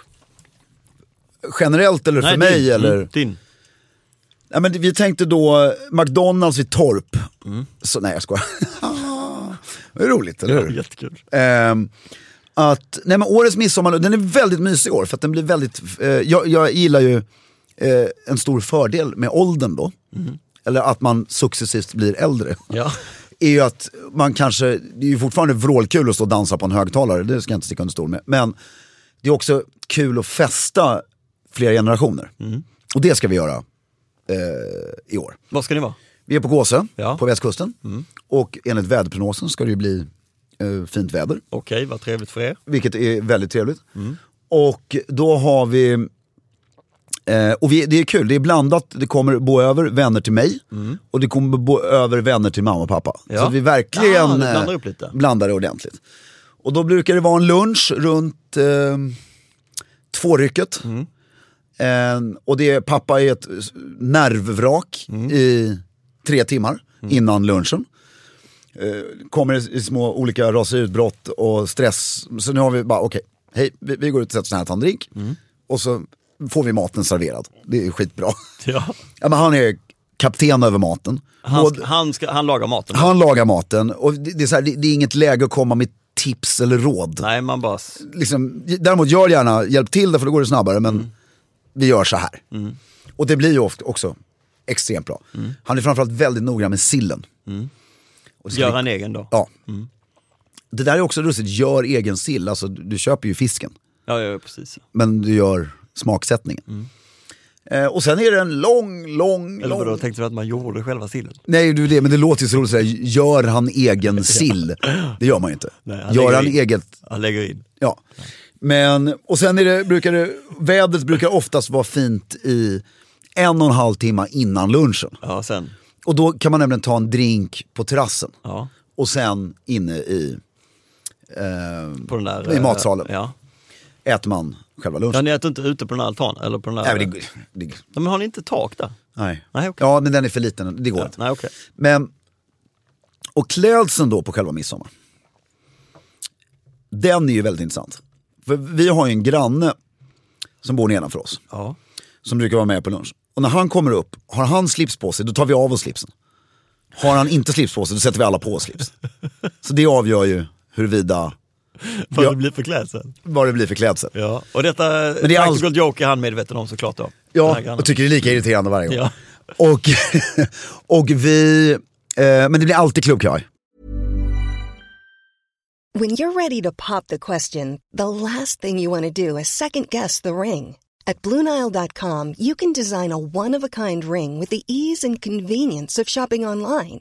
[SPEAKER 1] generellt eller för
[SPEAKER 2] Nej,
[SPEAKER 1] mig
[SPEAKER 2] din.
[SPEAKER 1] eller?
[SPEAKER 2] Mm, din.
[SPEAKER 1] Ja, men vi tänkte då McDonalds vid Torp.
[SPEAKER 2] Mm.
[SPEAKER 1] Så, nej jag skojar. det är roligt, eller hur?
[SPEAKER 2] Jättekul.
[SPEAKER 1] Ehm, att, nej men årets midsommarlunch, den är väldigt mysig i år för att den blir väldigt, eh, jag, jag gillar ju eh, en stor fördel med åldern då, eller att man successivt blir äldre.
[SPEAKER 2] Mhm. Ja.
[SPEAKER 1] Är ju att man kanske, det är ju fortfarande vrålkul att stå och dansa på en högtalare, det ska jag inte sticka under stol med. Men det är också kul att festa flera generationer.
[SPEAKER 2] Mm.
[SPEAKER 1] Och det ska vi göra eh, i år.
[SPEAKER 2] Vad ska ni vara?
[SPEAKER 1] Vi är på Gåsö,
[SPEAKER 2] Ja. Mm.
[SPEAKER 1] på västkusten. Och enligt väderprognosen ska det ju bli eh, fint väder
[SPEAKER 2] Okej, vad trevligt för er.
[SPEAKER 1] vilket är väldigt trevligt. Och då har vi, eh, och vi, det är kul, det är blandat, det kommer bo över vänner till mig och det kommer bo över vänner till mamma och pappa.
[SPEAKER 2] Ja.
[SPEAKER 1] Så att vi verkligen
[SPEAKER 2] Ja, ni blandar
[SPEAKER 1] eh,
[SPEAKER 2] upp lite.
[SPEAKER 1] blandar det ordentligt. Och då brukar det vara en lunch runt eh, tvårycket. Eh, och det är, pappa är ett nervvrak i tre timmar innan lunchen kommer i- i små olika raseriutbrott och stress. Så nu har vi bara, okej, hej, vi, vi går ut och sätter oss här och tar en drink.
[SPEAKER 2] Mm.
[SPEAKER 1] Och så får vi maten serverad. Det är skitbra.
[SPEAKER 2] Ja.
[SPEAKER 1] Ja, men han är kapten över maten.
[SPEAKER 2] Han,
[SPEAKER 1] och,
[SPEAKER 2] ska, han, ska, han lagar maten.
[SPEAKER 1] han lagar maten och det, det, är så här, det, det är inget läge att komma med tips eller råd.
[SPEAKER 2] Nej, man bara... s-
[SPEAKER 1] Liksom, däremot gör gärna, hjälp till där för då går det snabbare, men
[SPEAKER 2] Mm.
[SPEAKER 1] vi gör så här. Och det blir ju ofta också extremt bra.
[SPEAKER 2] Mm.
[SPEAKER 1] Han är framförallt väldigt noggrann med sillen. Och det ska
[SPEAKER 2] Gör
[SPEAKER 1] bli-
[SPEAKER 2] han egen då?
[SPEAKER 1] Ja.
[SPEAKER 2] Mm.
[SPEAKER 1] Det där är också lustigt, gör egen sill. Alltså du, du köper ju fisken,
[SPEAKER 2] Ja, ja, precis.
[SPEAKER 1] men du gör smaksättningen. Eh, och sen är det en lång, lång,
[SPEAKER 2] Mm. Eller vadå,
[SPEAKER 1] lång...
[SPEAKER 2] tänkte du att man gjorde själva sillen?
[SPEAKER 1] Nej, du det, men det låter ju så roligt såhär, gör han egen sill? Det gör man ju inte.
[SPEAKER 2] Nej,
[SPEAKER 1] gör
[SPEAKER 2] lägger
[SPEAKER 1] han
[SPEAKER 2] in.
[SPEAKER 1] eget,
[SPEAKER 2] Han lägger in.
[SPEAKER 1] ja. Men, och sen är det, brukar det, vädret brukar oftast vara fint i en och en halv timme innan lunchen.
[SPEAKER 2] Ja, sen.
[SPEAKER 1] Och då kan man nämligen ta en drink på terrassen.
[SPEAKER 2] Ja,
[SPEAKER 1] Och sen inne i, eh,
[SPEAKER 2] på den där...
[SPEAKER 1] I
[SPEAKER 2] eh,
[SPEAKER 1] matsalen.
[SPEAKER 2] Ja.
[SPEAKER 1] äter man själva lunchen.
[SPEAKER 2] ja, ni äter inte ute på den här altanen? Eller på den där...
[SPEAKER 1] Nej, men det, det,
[SPEAKER 2] Ja, men har ni inte tak där?
[SPEAKER 1] nej.
[SPEAKER 2] Nej, okej.
[SPEAKER 1] Ja, men den är för liten. Det går
[SPEAKER 2] Ja,
[SPEAKER 1] inte.
[SPEAKER 2] nej, okej.
[SPEAKER 1] Men, och klädseln då på själva midsommar. Den är ju väldigt intressant. För vi har ju en granne som bor nedanför oss.
[SPEAKER 2] Ja.
[SPEAKER 1] Som brukar vara med på lunch. Och när han kommer upp, har han slips på sig, då tar vi av oss slipsen. Har han inte slips på sig, då sätter vi alla på oss slips. Så det avgör ju huruvida,
[SPEAKER 2] Vad
[SPEAKER 1] Ja.
[SPEAKER 2] det blir för klädsel.
[SPEAKER 1] vad det blir för klädsel.
[SPEAKER 2] Ja, och detta men
[SPEAKER 1] det
[SPEAKER 2] det
[SPEAKER 1] är
[SPEAKER 2] är
[SPEAKER 1] allt-
[SPEAKER 2] Practical Joke är han medveten om såklart då. Den här
[SPEAKER 1] Ja,
[SPEAKER 2] grannen.
[SPEAKER 1] och tycker det är lika irriterande varje gång.
[SPEAKER 2] Ja.
[SPEAKER 1] Och, och vi, eh, men det blir alltid klubbkaj.
[SPEAKER 3] When you're ready to pop the question, the last thing you want to do is second guess the ring. At Bluenile.com, you can design a one of a kind ring with the ease and convenience of shopping online.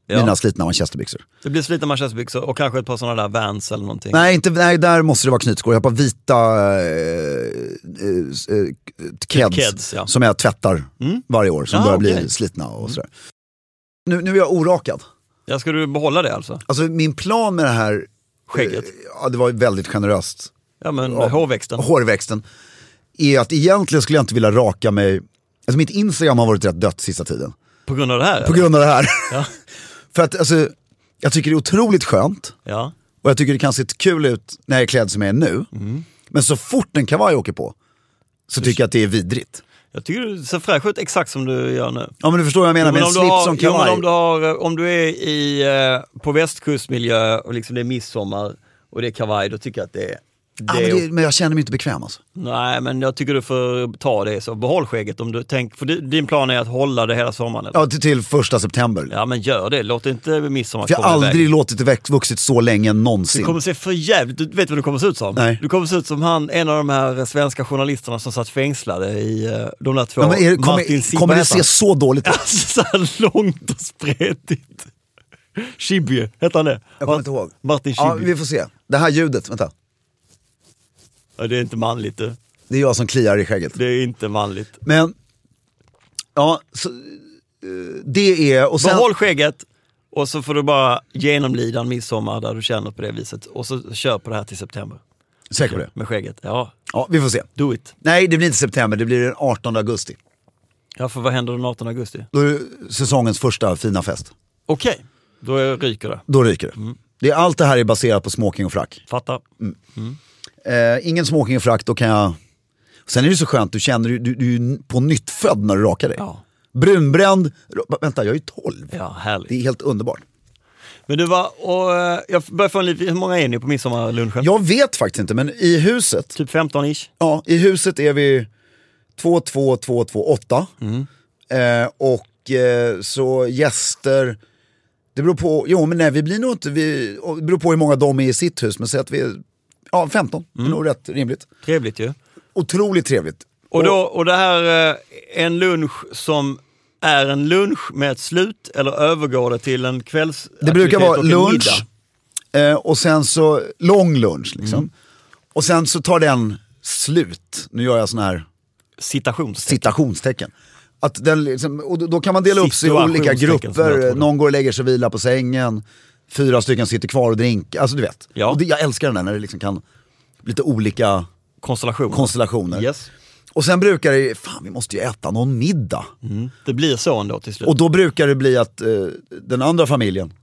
[SPEAKER 2] Ja.
[SPEAKER 1] Mina slitna manchesterbyxor.
[SPEAKER 2] Det blir slitna manchesterbyxor och kanske ett par sådana där Vans eller någonting.
[SPEAKER 1] Nej, inte, nej, där måste det vara knytskor. Jag har bara vita eh, eh, eh, keds,
[SPEAKER 2] Keds, ja.
[SPEAKER 1] som jag tvättar varje år. Som
[SPEAKER 2] Ah,
[SPEAKER 1] börjar bli
[SPEAKER 2] okej. Mm.
[SPEAKER 1] slitna och sådär. Nu, nu är jag orakad.
[SPEAKER 2] Ja, ska du behålla det alltså?
[SPEAKER 1] Alltså min plan med det här,
[SPEAKER 2] Skägget?
[SPEAKER 1] ja, det var ju väldigt generöst.
[SPEAKER 2] Ja, men hårväxten.
[SPEAKER 1] hårväxten är att egentligen skulle jag inte vilja raka mig, alltså mitt Instagram har varit rätt dött sista tiden.
[SPEAKER 2] På grund av det här?
[SPEAKER 1] På grund av det här.
[SPEAKER 2] Ja.
[SPEAKER 1] För att alltså, jag tycker det är otroligt skönt
[SPEAKER 2] ja.
[SPEAKER 1] och jag tycker det kan se kul ut när jag är klädd som jag är nu.
[SPEAKER 2] Mm.
[SPEAKER 1] Men så fort en kavaj åker på så tycker jag att det är vidrigt.
[SPEAKER 2] Jag tycker du ser fräsch ut exakt som du gör nu.
[SPEAKER 1] Ja men du förstår vad jag menar med en
[SPEAKER 2] om du
[SPEAKER 1] slips
[SPEAKER 2] har-
[SPEAKER 1] som
[SPEAKER 2] ja,
[SPEAKER 1] kavaj.
[SPEAKER 2] men om, du har, om du är eh, i, eh, på västkustmiljö och liksom det är midsommar och det är kavaj, då tycker jag att det är
[SPEAKER 1] Ah, men, det, men jag känner mig inte bekväm alltså.
[SPEAKER 2] Nej, men jag tycker du får ta det så. Behåll skägget om du tänker, för di- din plan är att hålla det hela sommaren. Eller?
[SPEAKER 1] Ja, till, till första september.
[SPEAKER 2] Ja, men gör det. Låt inte midsommar
[SPEAKER 1] För jag
[SPEAKER 2] komma
[SPEAKER 1] har aldrig
[SPEAKER 2] iväg.
[SPEAKER 1] låtit det väx- vuxit så länge
[SPEAKER 2] Du
[SPEAKER 1] någonsin.
[SPEAKER 2] kommer se för jävligt Du vet vad du kommer se ut som?
[SPEAKER 1] Nej.
[SPEAKER 2] Du kommer se ut som han, en av de här eh, svenska journalisterna som satt fängslade i eh, de där två.
[SPEAKER 1] Ja, men är, det-
[SPEAKER 2] Martin
[SPEAKER 1] kommer,
[SPEAKER 2] Simba
[SPEAKER 1] kommer det
[SPEAKER 2] heter han.
[SPEAKER 1] se så dåligt ut?
[SPEAKER 2] Alltså så här långt och spretigt. Chibye, hette han det?
[SPEAKER 1] Jag kommer inte ihåg.
[SPEAKER 2] Martin
[SPEAKER 1] Ja,
[SPEAKER 2] Chibye.
[SPEAKER 1] vi får se. Det här ljudet, vänta.
[SPEAKER 2] Ja, det är inte manligt du.
[SPEAKER 1] Det är jag som kliar i skägget.
[SPEAKER 2] Det är inte manligt.
[SPEAKER 1] Men, ja, så, eh, det är... Och sen,
[SPEAKER 2] Behåll skägget och så får du bara genomlida en midsommar där du känner på det viset. Och så kör på det här till september.
[SPEAKER 1] Säker på det?
[SPEAKER 2] Med skägget. Ja,
[SPEAKER 1] Ja, vi får se.
[SPEAKER 2] do it.
[SPEAKER 1] Nej, det blir inte september, det blir den 18 augusti.
[SPEAKER 2] Ja, för vad händer den 18 augusti?
[SPEAKER 1] Då är det säsongens första fina fest.
[SPEAKER 2] Okej, då är- ryker det.
[SPEAKER 1] Då ryker det.
[SPEAKER 2] Mm.
[SPEAKER 1] det är, allt det här är baserat på smoking och frack.
[SPEAKER 2] Fattar.
[SPEAKER 1] Mm. Eh, ingen smoking och frack, då kan jag... Sen är det så skönt, du känner du, du, du är ju på nytt född när du rakar dig.
[SPEAKER 2] Ja.
[SPEAKER 1] Brunbränd, Rå- vänta jag är ju 12.
[SPEAKER 2] Ja, härligt.
[SPEAKER 1] Det är helt underbart.
[SPEAKER 2] Men du var, och eh, jag börjar få en liten, hur många är ni på midsommarlunchen?
[SPEAKER 1] Jag vet faktiskt inte, men i huset,
[SPEAKER 2] Typ 15-ish?
[SPEAKER 1] ja, i huset är vi 2, 2, 2, 2, 8. Eh, och eh, så gäster, det beror på, jo men nej vi blir nog inte, vi, och det beror på hur många de är i sitt hus, men säg att vi är, ja 15, det är nog rätt rimligt.
[SPEAKER 2] Trevligt ju.
[SPEAKER 1] Otroligt trevligt.
[SPEAKER 2] Och, då, och det här eh, är en lunch som är en lunch med ett slut eller övergår det till en kvälls...
[SPEAKER 1] Det brukar
[SPEAKER 2] aktivitet
[SPEAKER 1] vara
[SPEAKER 2] och en
[SPEAKER 1] lunch
[SPEAKER 2] middag?
[SPEAKER 1] eh, och sen så lång lunch liksom. Och sen så tar den slut, nu gör jag sån här
[SPEAKER 2] Citationstecken.
[SPEAKER 1] citationstecken. Att den liksom, och då- då kan man dela upp sig i olika
[SPEAKER 2] Situationstecken, som jag tror
[SPEAKER 1] grupper,
[SPEAKER 2] det.
[SPEAKER 1] någon går och lägger sig och vilar på sängen, fyra stycken sitter kvar och drinkar, alltså du vet.
[SPEAKER 2] Ja.
[SPEAKER 1] Och det, jag älskar den där när det liksom kan, lite olika
[SPEAKER 2] Konstellation.
[SPEAKER 1] konstellationer.
[SPEAKER 2] Yes.
[SPEAKER 1] Och sen brukar det, fan vi måste ju äta någon middag.
[SPEAKER 2] Det blir så ändå till slut.
[SPEAKER 1] Och då brukar det bli att eh, den andra familjen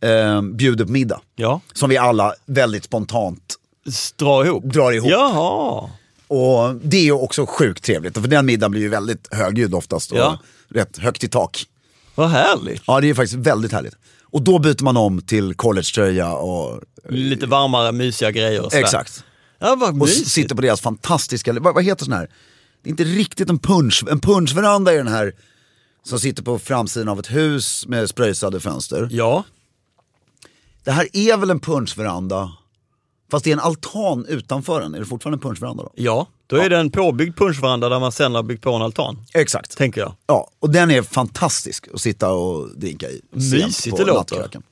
[SPEAKER 1] eh, bjuder på middag.
[SPEAKER 2] ja.
[SPEAKER 1] Som vi alla väldigt spontant
[SPEAKER 2] Dra ihop.
[SPEAKER 1] drar ihop.
[SPEAKER 2] Jaha.
[SPEAKER 1] Och det är ju också sjukt trevligt. För den middagen blir ju väldigt högljudd oftast och
[SPEAKER 2] Ja.
[SPEAKER 1] rätt högt i tak.
[SPEAKER 2] Vad härligt.
[SPEAKER 1] Ja, det är faktiskt väldigt härligt. Och då byter man om till collegetröja och,
[SPEAKER 2] Lite varmare, mysiga grejer. Och sådär.
[SPEAKER 1] Exakt.
[SPEAKER 2] Ja, vad
[SPEAKER 1] och
[SPEAKER 2] mysigt.
[SPEAKER 1] sitter på deras fantastiska, vad, vad heter sån här? Det är inte riktigt en punch, en punchveranda är den här som sitter på framsidan av ett hus med spröjsade fönster.
[SPEAKER 2] Ja.
[SPEAKER 1] Det här är väl en punchveranda, fast det är en altan utanför den. Är det fortfarande en punchveranda då?
[SPEAKER 2] Ja. Då är det en påbyggd punschveranda där man sen har byggt på en altan.
[SPEAKER 1] Exakt.
[SPEAKER 2] Tänker jag.
[SPEAKER 1] Ja, och den är fantastisk att sitta och drinka i. sent
[SPEAKER 2] Mysigt
[SPEAKER 1] på
[SPEAKER 2] det låter.
[SPEAKER 1] nattkröken.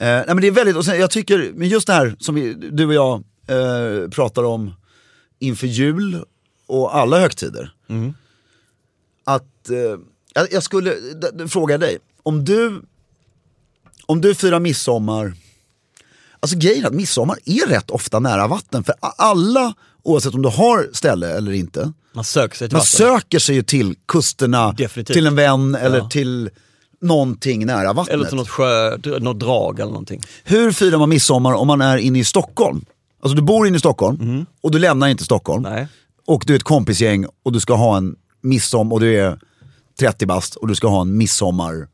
[SPEAKER 1] Eh, nej men det är väldigt, och sen, jag tycker, men just det här som vi, du och jag eh, pratar om inför jul och alla högtider.
[SPEAKER 2] Mm.
[SPEAKER 1] Att, eh, jag, jag skulle d- d- fråga dig, om du, om du firar midsommar, alltså grejen är att midsommar är rätt ofta nära vatten för a- alla, oavsett om du har ställe eller inte,
[SPEAKER 2] Man söker sig till
[SPEAKER 1] man
[SPEAKER 2] vatten.
[SPEAKER 1] söker sig ju till kusterna,
[SPEAKER 2] Definitivt.
[SPEAKER 1] till en vän eller
[SPEAKER 2] Ja.
[SPEAKER 1] till någonting nära vattnet.
[SPEAKER 2] Eller till något sjö, dr- något drag eller någonting.
[SPEAKER 1] Hur firar man midsommar om man är inne i Stockholm? Alltså du bor inne i Stockholm och du lämnar inte Stockholm.
[SPEAKER 2] Mm. Nej.
[SPEAKER 1] Och du är ett kompisgäng och du ska ha en midsommar och du är 30 bast och du ska ha en midsommar.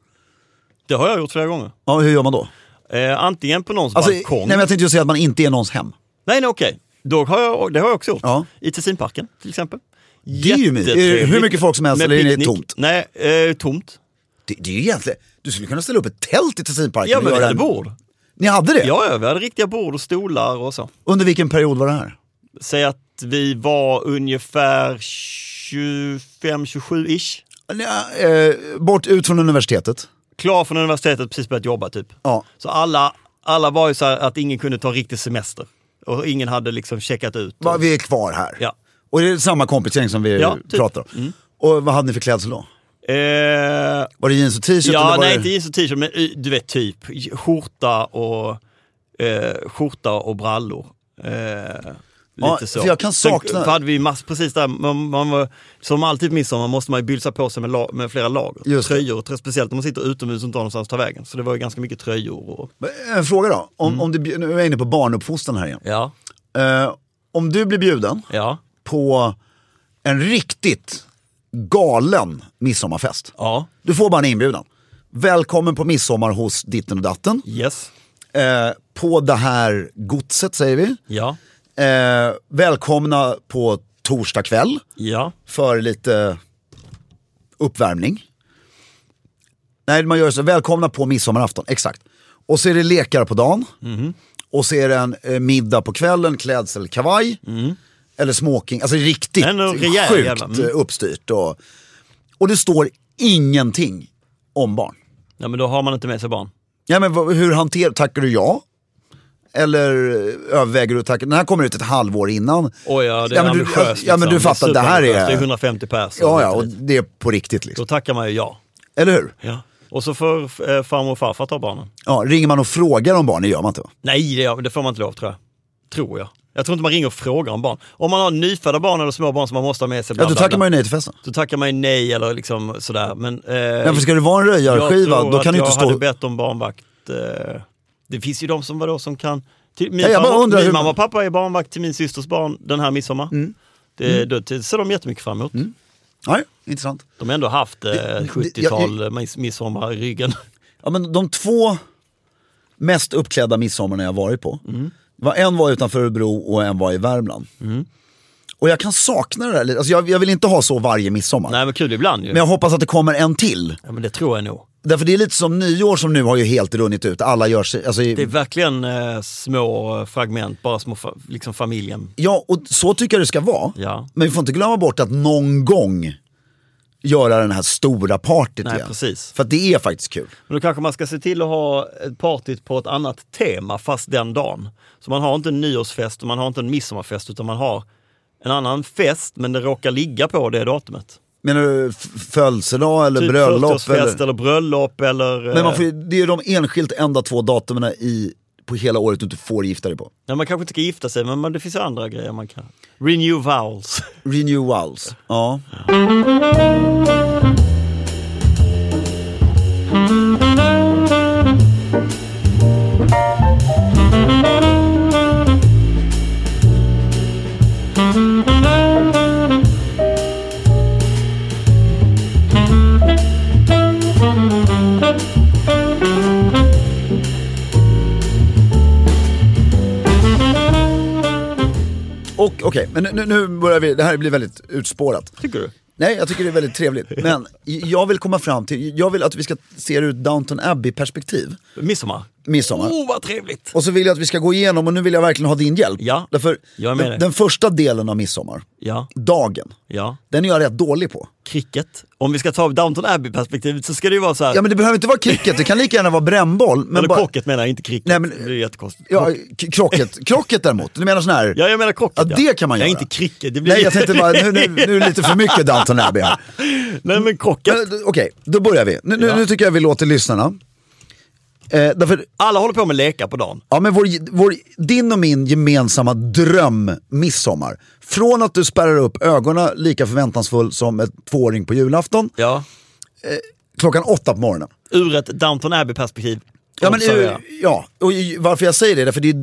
[SPEAKER 2] Det har jag gjort flera gånger.
[SPEAKER 1] Ja, hur gör man då?
[SPEAKER 2] Eh, antingen på någons
[SPEAKER 1] Alltså, nej,
[SPEAKER 2] balkong.
[SPEAKER 1] men jag tänkte ju säga att man inte är någons hem.
[SPEAKER 2] Nej, nej okej. Då har jag, det har jag också gjort.
[SPEAKER 1] Ja.
[SPEAKER 2] I Tessinparken till exempel.
[SPEAKER 1] är ju mysigt. Är det hur mycket folk som helst eller är det tomt?
[SPEAKER 2] Nej, eh, tomt.
[SPEAKER 1] Det, det är ju egentligen, du skulle kunna ställa upp ett tält i Tessinparken.
[SPEAKER 2] Ja,
[SPEAKER 1] och
[SPEAKER 2] men vi
[SPEAKER 1] göra
[SPEAKER 2] hade
[SPEAKER 1] en-
[SPEAKER 2] bord.
[SPEAKER 1] Ni hade det?
[SPEAKER 2] Ja, ja, vi hade riktiga bord och stolar och så.
[SPEAKER 1] Under vilken period var det här?
[SPEAKER 2] Säg att vi var ungefär 25-27-ish.
[SPEAKER 1] Ja, eh, bort ut från universitetet.
[SPEAKER 2] Klar från universitetet, precis börjat jobba typ.
[SPEAKER 1] Ja.
[SPEAKER 2] Så alla, alla var ju så här att ingen kunde ta riktig semester. Och ingen hade liksom checkat ut.
[SPEAKER 1] Va, vi är kvar här.
[SPEAKER 2] Ja.
[SPEAKER 1] Och det är samma kompisgäng som vi
[SPEAKER 2] Ja, typ.
[SPEAKER 1] pratar om. Och vad hade ni för klädsel då?
[SPEAKER 2] Eh,
[SPEAKER 1] Var det jeans och t-shirt?
[SPEAKER 2] Ja,
[SPEAKER 1] eller var
[SPEAKER 2] nej
[SPEAKER 1] det...
[SPEAKER 2] inte jeans och t-shirt, men eh, du vet typ skjorta och, eh, skjorta och brallor. Eh,
[SPEAKER 1] Ja,
[SPEAKER 2] lite så.
[SPEAKER 1] för jag kan sakna-
[SPEAKER 2] Sen hade vi mass, precis där, man, man var, som alltid på midsommar måste man ju bylsa på sig med, la, med flera lager.
[SPEAKER 1] Just det.
[SPEAKER 2] tröjor, trö- speciellt när man sitter utomhus och inte har någonstans att ta vägen. Så det var ju ganska mycket tröjor. Och,
[SPEAKER 1] Men, En fråga då. Om,
[SPEAKER 2] Mm.
[SPEAKER 1] om du, bjud- nu är jag inne på barnuppfostran här igen.
[SPEAKER 2] ja,
[SPEAKER 1] Eh, om du blir bjuden
[SPEAKER 2] ja,
[SPEAKER 1] på en riktigt galen midsommarfest.
[SPEAKER 2] ja,
[SPEAKER 1] Du får bara en inbjudan. Välkommen på midsommar hos ditten och datten.
[SPEAKER 2] yes,
[SPEAKER 1] Eh, på det här godset säger vi.
[SPEAKER 2] ja.
[SPEAKER 1] Eh, välkomna på torsdag kväll
[SPEAKER 2] Ja.
[SPEAKER 1] för lite uppvärmning. Nej, man gör så. Välkomna på midsommarafton, exakt. Och så är det lekar på dagen.
[SPEAKER 2] Mhm.
[SPEAKER 1] Och så är det en eh, middag på kvällen, klädsel, kavaj. Eller smoking, alltså riktigt
[SPEAKER 2] Mhm. En rejäl
[SPEAKER 1] sjukt
[SPEAKER 2] jävla- mm.
[SPEAKER 1] eh, uppstyrt. Och, och det står ingenting om barn.
[SPEAKER 2] ja, men då har man inte med sig barn.
[SPEAKER 1] Ja, men vad- hur hanterar, tackar du ja? Eller eh, överväger du att tacka, den här kommer ut ett halvår innan.
[SPEAKER 2] Oj, ja, det är
[SPEAKER 1] ja, men du,
[SPEAKER 2] ambitiöst.
[SPEAKER 1] ja, men du
[SPEAKER 2] liksom.
[SPEAKER 1] fattar, det här
[SPEAKER 2] superambitiöst. Det är
[SPEAKER 1] är...
[SPEAKER 2] 150 pers.
[SPEAKER 1] Ja, ja, och det är på riktigt liksom.
[SPEAKER 2] Då tackar man ju ja.
[SPEAKER 1] Eller hur?
[SPEAKER 2] ja. Och så får eh, farmor och farfar ta barnen.
[SPEAKER 1] Ja, ringer man och frågar om barn, det gör man inte va?
[SPEAKER 2] Nej, det, gör- det får man inte lov tror jag. Tror jag. Jag tror inte man ringer och frågar om barn. Om man har nyfödda barn eller små barn som man måste ha med sig.
[SPEAKER 1] Ja, då
[SPEAKER 2] bla, bla,
[SPEAKER 1] tackar
[SPEAKER 2] bla.
[SPEAKER 1] man ju nej till festen.
[SPEAKER 2] Då tackar man ju nej eller liksom sådär. Men, eh,
[SPEAKER 1] Men för ska det vara en röjarskiva, då kan
[SPEAKER 2] att
[SPEAKER 1] du inte
[SPEAKER 2] jag hade
[SPEAKER 1] stå...
[SPEAKER 2] bett om barnvakt. Eh, det finns ju de som, vadå, som kan... Till, min
[SPEAKER 1] Ja, jag bara
[SPEAKER 2] farmor-
[SPEAKER 1] undrar
[SPEAKER 2] min
[SPEAKER 1] hur- Mm.
[SPEAKER 2] mamma och pappa är barnvakt till min systers barn den här midsommar. Det, Då, det ser de jättemycket fram emot.
[SPEAKER 1] Nej, intressant.
[SPEAKER 2] De har ändå haft eh,
[SPEAKER 1] Mm. det-
[SPEAKER 2] 70-tal
[SPEAKER 1] jag-
[SPEAKER 2] miss- midsommar i ryggen.
[SPEAKER 1] Ja, men de två mest uppklädda midsommarna jag varit på.
[SPEAKER 2] Mm.
[SPEAKER 1] Var, en var utanför Örebro och en var i Värmland. Och jag kan sakna det där lite. Alltså, jag, jag vill inte ha så varje midsommar.
[SPEAKER 2] Nej men kul ibland ju.
[SPEAKER 1] Men jag hoppas att det kommer en till.
[SPEAKER 2] Ja, men det tror jag nog.
[SPEAKER 1] Därför det är lite som nyår som nu har ju helt runnit ut. Alla gör sig... Alltså,
[SPEAKER 2] Det är verkligen eh, små fragment, bara små fa- liksom familjen.
[SPEAKER 1] Ja, och så tycker jag det ska vara.
[SPEAKER 2] Ja.
[SPEAKER 1] Men vi får inte glömma bort att någon gång göra den här stora partyt
[SPEAKER 2] Nej,
[SPEAKER 1] igen.
[SPEAKER 2] precis.
[SPEAKER 1] För att det är faktiskt kul.
[SPEAKER 2] Men då kanske man ska se till att ha ett partyt på ett annat tema fast den dagen. Så man har inte en nyårsfest och man har inte en midsommarfest utan man har en annan fest men det råkar ligga på det datumet.
[SPEAKER 1] Menar du f- födelsedag eller bröllop?
[SPEAKER 2] 40-årsfest
[SPEAKER 1] Eller?
[SPEAKER 2] Typ eller bröllop eller... eh,
[SPEAKER 1] Men man får, ju- det är ju de enskilt enda två datumen i, på hela året du inte får gifta dig på.
[SPEAKER 2] eh, nej, man kanske inte ska gifta sig men man, det finns ju andra grejer man kan. Renew vows.
[SPEAKER 1] Renewals. Ja. Och okej, men nu, nu börjar vi, det här blir väldigt utspårat.
[SPEAKER 2] Tycker du?
[SPEAKER 1] Nej, jag tycker det är väldigt trevligt. Men jag vill komma fram till, jag vill att vi ska se det ur Downton Abbey-perspektiv.
[SPEAKER 2] Midsommar?
[SPEAKER 1] Midsommar.
[SPEAKER 2] Oh vad trevligt!
[SPEAKER 1] Och så vill jag att vi ska gå igenom, och nu vill jag verkligen ha din hjälp.
[SPEAKER 2] Ja,
[SPEAKER 1] Därför
[SPEAKER 2] jag är med
[SPEAKER 1] den,
[SPEAKER 2] dig.
[SPEAKER 1] den första delen av midsommar,
[SPEAKER 2] Ja,
[SPEAKER 1] dagen,
[SPEAKER 2] ja.
[SPEAKER 1] den är jag rätt dålig på.
[SPEAKER 2] Cricket. Om vi ska ta Downton Abbey-perspektivet så ska det ju vara så här.
[SPEAKER 1] Ja men det behöver inte vara cricket, det kan lika gärna vara brännboll. Men
[SPEAKER 2] Eller
[SPEAKER 1] bara-
[SPEAKER 2] krocket menar jag, inte cricket.
[SPEAKER 1] Nej, men-
[SPEAKER 2] det är jättekonstigt.
[SPEAKER 1] Ja, k- krocket. Krocket däremot, du menar sån här...
[SPEAKER 2] Ja, jag menar krocket.
[SPEAKER 1] Ja, det kan man
[SPEAKER 2] Ja,
[SPEAKER 1] göra.
[SPEAKER 2] inte cricket. Det blir...
[SPEAKER 1] Nej jag tänkte bara, nu, nu, nu är det lite för mycket Downton Abbey här.
[SPEAKER 2] Nej, men krocket.
[SPEAKER 1] Men, Okej, då börjar vi. Nu, nu,
[SPEAKER 2] Ja.
[SPEAKER 1] nu tycker jag vi låter lyssnarna. Eh, därför,
[SPEAKER 2] Alla håller på med lekar på dagen.
[SPEAKER 1] ja men vår, vår, din och min gemensamma dröm midsommar. Från att du spärrar upp ögonen lika förväntansfull som ett tvååring på julafton,
[SPEAKER 2] Ja.
[SPEAKER 1] klockan åtta på morgonen.
[SPEAKER 2] Ur ett Downton Abbey-perspektiv.
[SPEAKER 1] Ja, men,
[SPEAKER 2] observerar
[SPEAKER 1] ju-
[SPEAKER 2] jag.
[SPEAKER 1] ja, och ju- varför jag säger det, därför det, är-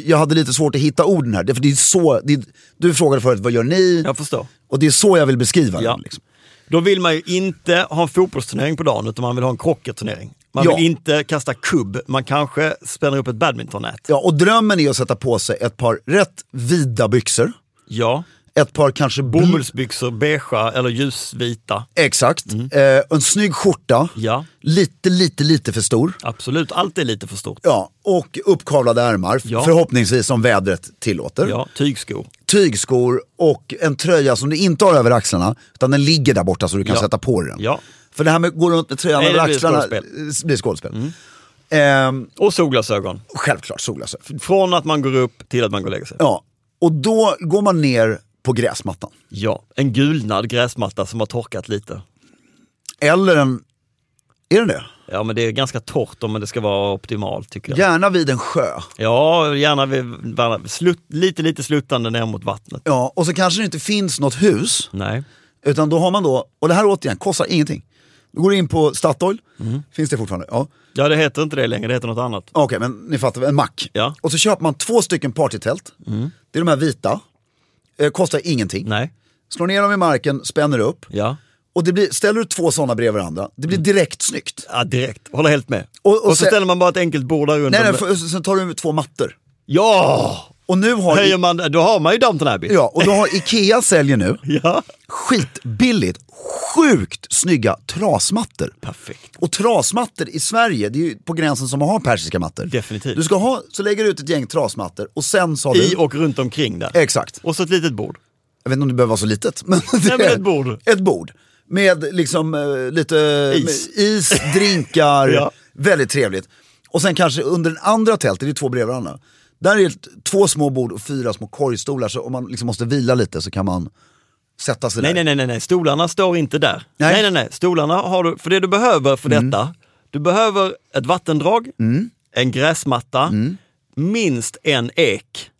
[SPEAKER 1] det- jag hade lite svårt att hitta orden här. Därför det är så, det, är- du frågade förut, vad gör ni?
[SPEAKER 2] Jag förstår.
[SPEAKER 1] Och det är så jag vill beskriva
[SPEAKER 2] Ja.
[SPEAKER 1] det. Liksom.
[SPEAKER 2] Då vill man ju inte ha en fotbollsturnering på dagen utan man vill ha en crocketturnering. Man
[SPEAKER 1] Ja.
[SPEAKER 2] vill inte kasta kubb, man kanske spänner upp ett badmintonnät.
[SPEAKER 1] Ja, och drömmen är att sätta på sig ett par rätt vida byxor,
[SPEAKER 2] Ja.
[SPEAKER 1] ett par kanske bl-
[SPEAKER 2] Bomullsbyxor, beigea eller ljusvita.
[SPEAKER 1] Exakt. Eh, en snygg skjorta,
[SPEAKER 2] Mm. Ja.
[SPEAKER 1] lite, lite, lite för stor.
[SPEAKER 2] Absolut, allt är lite för stort.
[SPEAKER 1] Ja, och uppkavlade ärmar,
[SPEAKER 2] Ja.
[SPEAKER 1] förhoppningsvis om vädret tillåter.
[SPEAKER 2] Ja, tygskor.
[SPEAKER 1] Tygskor och en tröja som du inte har över axlarna, utan den ligger där borta så du kan
[SPEAKER 2] Ja.
[SPEAKER 1] sätta på dig den.
[SPEAKER 2] Ja.
[SPEAKER 1] För det här med att gå runt med tröjan
[SPEAKER 2] Nej,
[SPEAKER 1] över
[SPEAKER 2] det blir
[SPEAKER 1] axlarna
[SPEAKER 2] skådespel. Mm.
[SPEAKER 1] eh, blir skådespel. Ehm,
[SPEAKER 2] Och solglasögon.
[SPEAKER 1] självklart solglasögon.
[SPEAKER 2] Från att man går upp till att man går och lägger sig.
[SPEAKER 1] Ja, och då går man ner på gräsmattan.
[SPEAKER 2] Ja, en gulnad gräsmatta som har torkat lite.
[SPEAKER 1] Eller en... Är den det?
[SPEAKER 2] Ja, men det är ganska torrt om det ska vara optimalt tycker jag.
[SPEAKER 1] Gärna vid en sjö.
[SPEAKER 2] Ja, gärna vid, bara slut, lite, lite sluttande ner mot vattnet.
[SPEAKER 1] Ja, och så kanske det inte finns något hus.
[SPEAKER 2] Nej.
[SPEAKER 1] Utan då har man då, och det här återigen kostar ingenting. Du går in på Statoil,
[SPEAKER 2] Mm.
[SPEAKER 1] finns det fortfarande? Ja.
[SPEAKER 2] Ja, det heter inte det längre, det heter något annat.
[SPEAKER 1] Okej, men ni fattar, väl, en mack.
[SPEAKER 2] Ja. Mm.
[SPEAKER 1] Och så köper man två stycken partytält. Det är de här vita. Eh, kostar ingenting.
[SPEAKER 2] Nej.
[SPEAKER 1] Slår ner dem i marken, spänner upp.
[SPEAKER 2] Ja. Mm.
[SPEAKER 1] Och det blir, ställer du två sådana bredvid varandra, det blir direkt snyggt.
[SPEAKER 2] ja, direkt. Håller helt med.
[SPEAKER 1] Och-
[SPEAKER 2] Och,
[SPEAKER 1] och
[SPEAKER 2] så
[SPEAKER 1] sen-
[SPEAKER 2] ställer man bara ett enkelt bord där runt.
[SPEAKER 1] Nej, nej,
[SPEAKER 2] om-
[SPEAKER 1] för, sen tar du två mattor.
[SPEAKER 2] Ja!
[SPEAKER 1] Och nu har...
[SPEAKER 2] Höjer man, då har man ju Downton Abbey.
[SPEAKER 1] Ja, och då har Ikea säljer nu,
[SPEAKER 2] Ja.
[SPEAKER 1] skitbilligt, sjukt snygga trasmattor.
[SPEAKER 2] Perfekt.
[SPEAKER 1] Och trasmattor i Sverige, det är ju på gränsen som att ha persiska mattor.
[SPEAKER 2] Definitivt.
[SPEAKER 1] Du ska ha, så lägger du ut ett gäng trasmattor och sen sa du...
[SPEAKER 2] I och runt omkring där.
[SPEAKER 1] Exakt.
[SPEAKER 2] Och så ett litet bord.
[SPEAKER 1] Jag vet inte om det behöver vara så litet. Men
[SPEAKER 2] Nej, men ett bord.
[SPEAKER 1] Ett bord. Med liksom eh, lite
[SPEAKER 2] Is.
[SPEAKER 1] med is drinkar.
[SPEAKER 2] Ja.
[SPEAKER 1] Väldigt trevligt. Och sen kanske under den andra tältet, det är två bredvid varandra. Där är ett- två små bord och fyra små korgstolar. Så om man liksom måste vila lite så kan man sätta sig där.
[SPEAKER 2] Nej, nej, nej, nej, nej, stolarna står inte där.
[SPEAKER 1] Nej.
[SPEAKER 2] Nej, Mm. nej, nej, stolarna har du, för det du behöver för detta, du behöver ett vattendrag, en gräsmatta, minst en ek.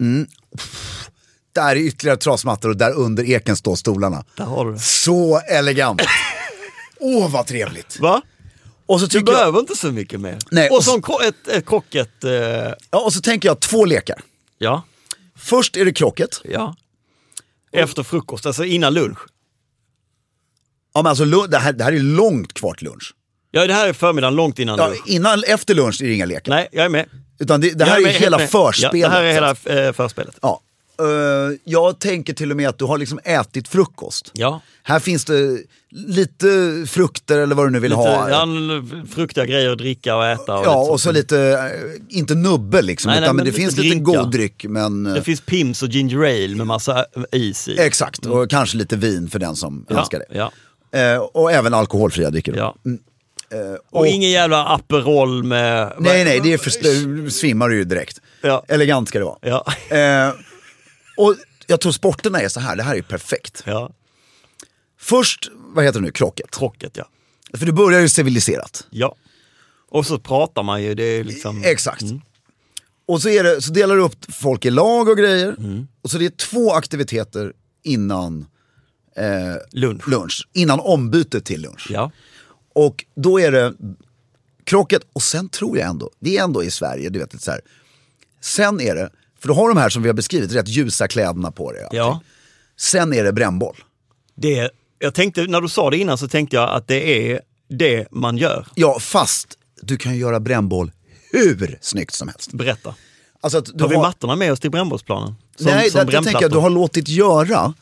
[SPEAKER 1] Där är ytterligare trasmattor och där under eken står stolarna.
[SPEAKER 2] Där har du det.
[SPEAKER 1] Så elegant. Åh vad trevligt.
[SPEAKER 2] Va?
[SPEAKER 1] Och så
[SPEAKER 2] Du
[SPEAKER 1] tycker jag,
[SPEAKER 2] behöver inte så mycket mer.
[SPEAKER 1] Nej, och
[SPEAKER 2] och
[SPEAKER 1] så-
[SPEAKER 2] som ko- ett, ett krocket, eh,
[SPEAKER 1] ja, och så tänker jag två lekar.
[SPEAKER 2] ja,
[SPEAKER 1] Först är det krocket.
[SPEAKER 2] ja. Efter frukost, alltså innan lunch.
[SPEAKER 1] Ja, men alltså, lu- det, här, det här är långt kvar till lunch.
[SPEAKER 2] Ja, det här är förmiddagen, långt innan
[SPEAKER 1] Ja,
[SPEAKER 2] lunch.
[SPEAKER 1] innan, efter lunch är det inga lekar.
[SPEAKER 2] Nej, jag är med.
[SPEAKER 1] Utan det, det
[SPEAKER 2] Jag
[SPEAKER 1] här är ju
[SPEAKER 2] med, helt
[SPEAKER 1] hela
[SPEAKER 2] med.
[SPEAKER 1] förspelet.
[SPEAKER 2] Ja, det här är hela eh, förspelet.
[SPEAKER 1] Ja. Eh, jag tänker till och med att du har liksom ätit frukost.
[SPEAKER 2] Ja.
[SPEAKER 1] Här finns det lite frukter eller vad du nu vill
[SPEAKER 2] Lite,
[SPEAKER 1] ha.
[SPEAKER 2] ja, fruktiga grejer att dricka och äta. Och liksom.
[SPEAKER 1] ja,
[SPEAKER 2] lite
[SPEAKER 1] och så
[SPEAKER 2] sånt.
[SPEAKER 1] lite, eh, inte nubbe liksom,
[SPEAKER 2] Nej, nej,
[SPEAKER 1] utan men
[SPEAKER 2] men
[SPEAKER 1] det
[SPEAKER 2] lite
[SPEAKER 1] finns lite
[SPEAKER 2] drinkar.
[SPEAKER 1] god dryck. Men, eh,
[SPEAKER 2] Det finns Pims och ginger ale med massa eh, is i.
[SPEAKER 1] Exakt, och kanske lite vin för den som
[SPEAKER 2] Mm. ja,
[SPEAKER 1] önskar det.
[SPEAKER 2] Ja,
[SPEAKER 1] Eh, och även alkoholfria drycker. då.
[SPEAKER 2] ja. och,
[SPEAKER 1] Eh, och-
[SPEAKER 2] ingen jävla Aperol med...
[SPEAKER 1] Nej, nej, det är för, du svimmar ju direkt.
[SPEAKER 2] Ja.
[SPEAKER 1] Elegant ska det vara.
[SPEAKER 2] Ja.
[SPEAKER 1] Eh, och jag tror sporterna är så här, det här är perfekt.
[SPEAKER 2] Ja,
[SPEAKER 1] Först, vad heter det nu, krocket.
[SPEAKER 2] krocket ja.
[SPEAKER 1] För det börjar ju civiliserat.
[SPEAKER 2] Ja. Och så pratar man ju, det är liksom...
[SPEAKER 1] Exakt. Och så, är det, så delar du upp folk i lag och grejer.
[SPEAKER 2] Mm.
[SPEAKER 1] Och så det är två aktiviteter innan
[SPEAKER 2] Lunch.
[SPEAKER 1] lunch. Innan ombytet till lunch.
[SPEAKER 2] Ja.
[SPEAKER 1] Och då är det krocket och sen tror jag ändå, vi är ändå i Sverige, du vet lite så här. Sen är det, för du har de här som vi har beskrivit, rätt ljusa kläderna på dig. allting.
[SPEAKER 2] ja.
[SPEAKER 1] Sen är det brännboll.
[SPEAKER 2] Det är, jag tänkte, när du sa det innan så tänkte jag att det är det man gör.
[SPEAKER 1] Ja, fast du kan ju göra brännboll hur snyggt som helst.
[SPEAKER 2] Berätta.
[SPEAKER 1] Alltså att du
[SPEAKER 2] Tar vi
[SPEAKER 1] har-
[SPEAKER 2] mattorna med oss till brännbollsplanen? Som,
[SPEAKER 1] Nej,
[SPEAKER 2] som
[SPEAKER 1] där, där tänker jag,
[SPEAKER 2] brännplattor?
[SPEAKER 1] du har låtit göra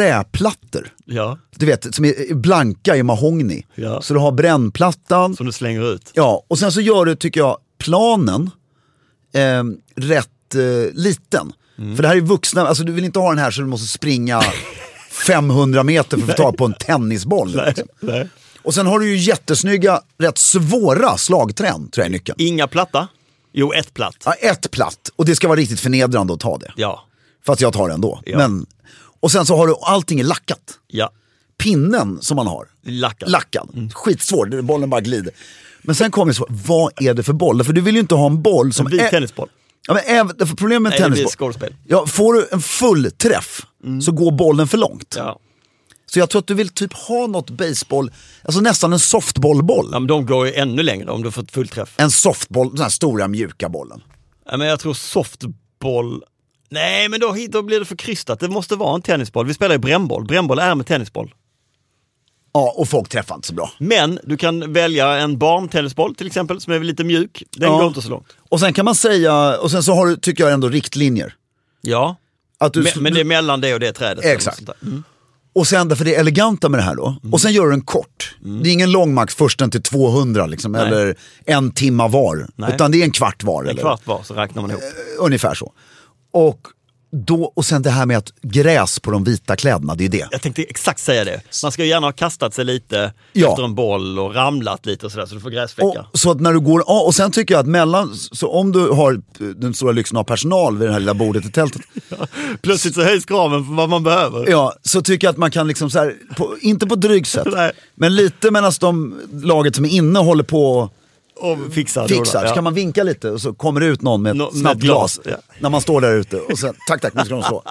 [SPEAKER 1] träplattor.
[SPEAKER 2] Ja,
[SPEAKER 1] Du vet, som är blanka i mahogny.
[SPEAKER 2] Ja.
[SPEAKER 1] Så du har brännplattan.
[SPEAKER 2] som du slänger ut.
[SPEAKER 1] Ja, och sen så gör du, tycker jag, planen eh, rätt eh, liten.
[SPEAKER 2] Mm.
[SPEAKER 1] För det här är vuxna, alltså du vill inte ha den här så du måste springa 500 meter för att få tag på en tennisboll. liksom.
[SPEAKER 2] Nej.
[SPEAKER 1] Och sen har du ju jättesnygga, rätt svåra slagträn, tror jag är nyckeln.
[SPEAKER 2] Inga platta? Jo, ett platt.
[SPEAKER 1] Ja, ett platt, och det ska vara riktigt förnedrande att ta det.
[SPEAKER 2] Ja.
[SPEAKER 1] Fast jag tar det ändå.
[SPEAKER 2] Ja.
[SPEAKER 1] Men, och sen så har du, allting är lackat.
[SPEAKER 2] Ja.
[SPEAKER 1] Pinnen som man har,
[SPEAKER 2] Lackad.
[SPEAKER 1] lackad.
[SPEAKER 2] Mm.
[SPEAKER 1] Skitsvår, bollen bara glider. Men sen kommer så, vad är det för boll? För du vill ju inte ha en boll som...
[SPEAKER 2] En vit
[SPEAKER 1] är-
[SPEAKER 2] tennisboll.
[SPEAKER 1] Ja, men även, för problemet med
[SPEAKER 2] Nej, det blir
[SPEAKER 1] tennisboll...
[SPEAKER 2] skådespel.
[SPEAKER 1] Ja, får du en full träff så går bollen för långt.
[SPEAKER 2] Ja.
[SPEAKER 1] Så jag tror att du vill typ ha något baseball, alltså nästan en softbollboll.
[SPEAKER 2] Ja, men de går ju ännu längre om du får ett fullträff.
[SPEAKER 1] En softboll, den här stora mjuka bollen.
[SPEAKER 2] Ja, men jag tror softboll... Nej, men då, då blir det för krystat. Det måste vara en tennisboll. Vi spelar ju brännboll. Brännboll är med tennisboll.
[SPEAKER 1] Ja, och folk träffar inte så bra.
[SPEAKER 2] Men du kan välja en barntennisboll till exempel, som är lite mjuk. Den
[SPEAKER 1] Ja.
[SPEAKER 2] går inte så långt.
[SPEAKER 1] Och sen kan man säga, och sen så har du, tycker jag ändå, riktlinjer.
[SPEAKER 2] Ja,
[SPEAKER 1] Att du,
[SPEAKER 2] men, men det är mellan det och det trädet.
[SPEAKER 1] Exakt.
[SPEAKER 2] Eller något sånt där. Mm.
[SPEAKER 1] Och sen, därför det är eleganta med det här då. Och sen gör du den kort. Det är ingen lång max, försten till 200 liksom,
[SPEAKER 2] Mm. Nej.
[SPEAKER 1] eller en timma var.
[SPEAKER 2] Nej.
[SPEAKER 1] Utan det är en kvart var.
[SPEAKER 2] En
[SPEAKER 1] eller?
[SPEAKER 2] kvart var så
[SPEAKER 1] Eh,
[SPEAKER 2] räknar man ihop.
[SPEAKER 1] Ungefär så. Och, då, och sen det här med att gräs på de vita kläderna, det är ju det.
[SPEAKER 2] Jag tänkte exakt säga det. Man ska ju gärna ha kastat sig lite
[SPEAKER 1] Ja.
[SPEAKER 2] efter en boll och ramlat lite och sådär så du får gräsfläckar.
[SPEAKER 1] Och, så att när du går, ja, och sen tycker jag att mellan, så om du har eh, den stora lyxen att ha personal vid det här lilla bordet i tältet.
[SPEAKER 2] Plötsligt så höjs kraven för vad man behöver.
[SPEAKER 1] Ja, så tycker jag att man kan liksom så här, på, inte på drygt sätt,
[SPEAKER 2] Nej.
[SPEAKER 1] men lite medan de laget som är inne håller på och
[SPEAKER 2] Och fixar. då, då.
[SPEAKER 1] fixar. Så
[SPEAKER 2] Ja.
[SPEAKER 1] kan man vinka lite och så kommer det ut någon med ett
[SPEAKER 2] Nå- med
[SPEAKER 1] snabbt
[SPEAKER 2] ett glas,
[SPEAKER 1] glas.
[SPEAKER 2] ja.
[SPEAKER 1] När man står där ute och sen, tack tack, nu ska de slå.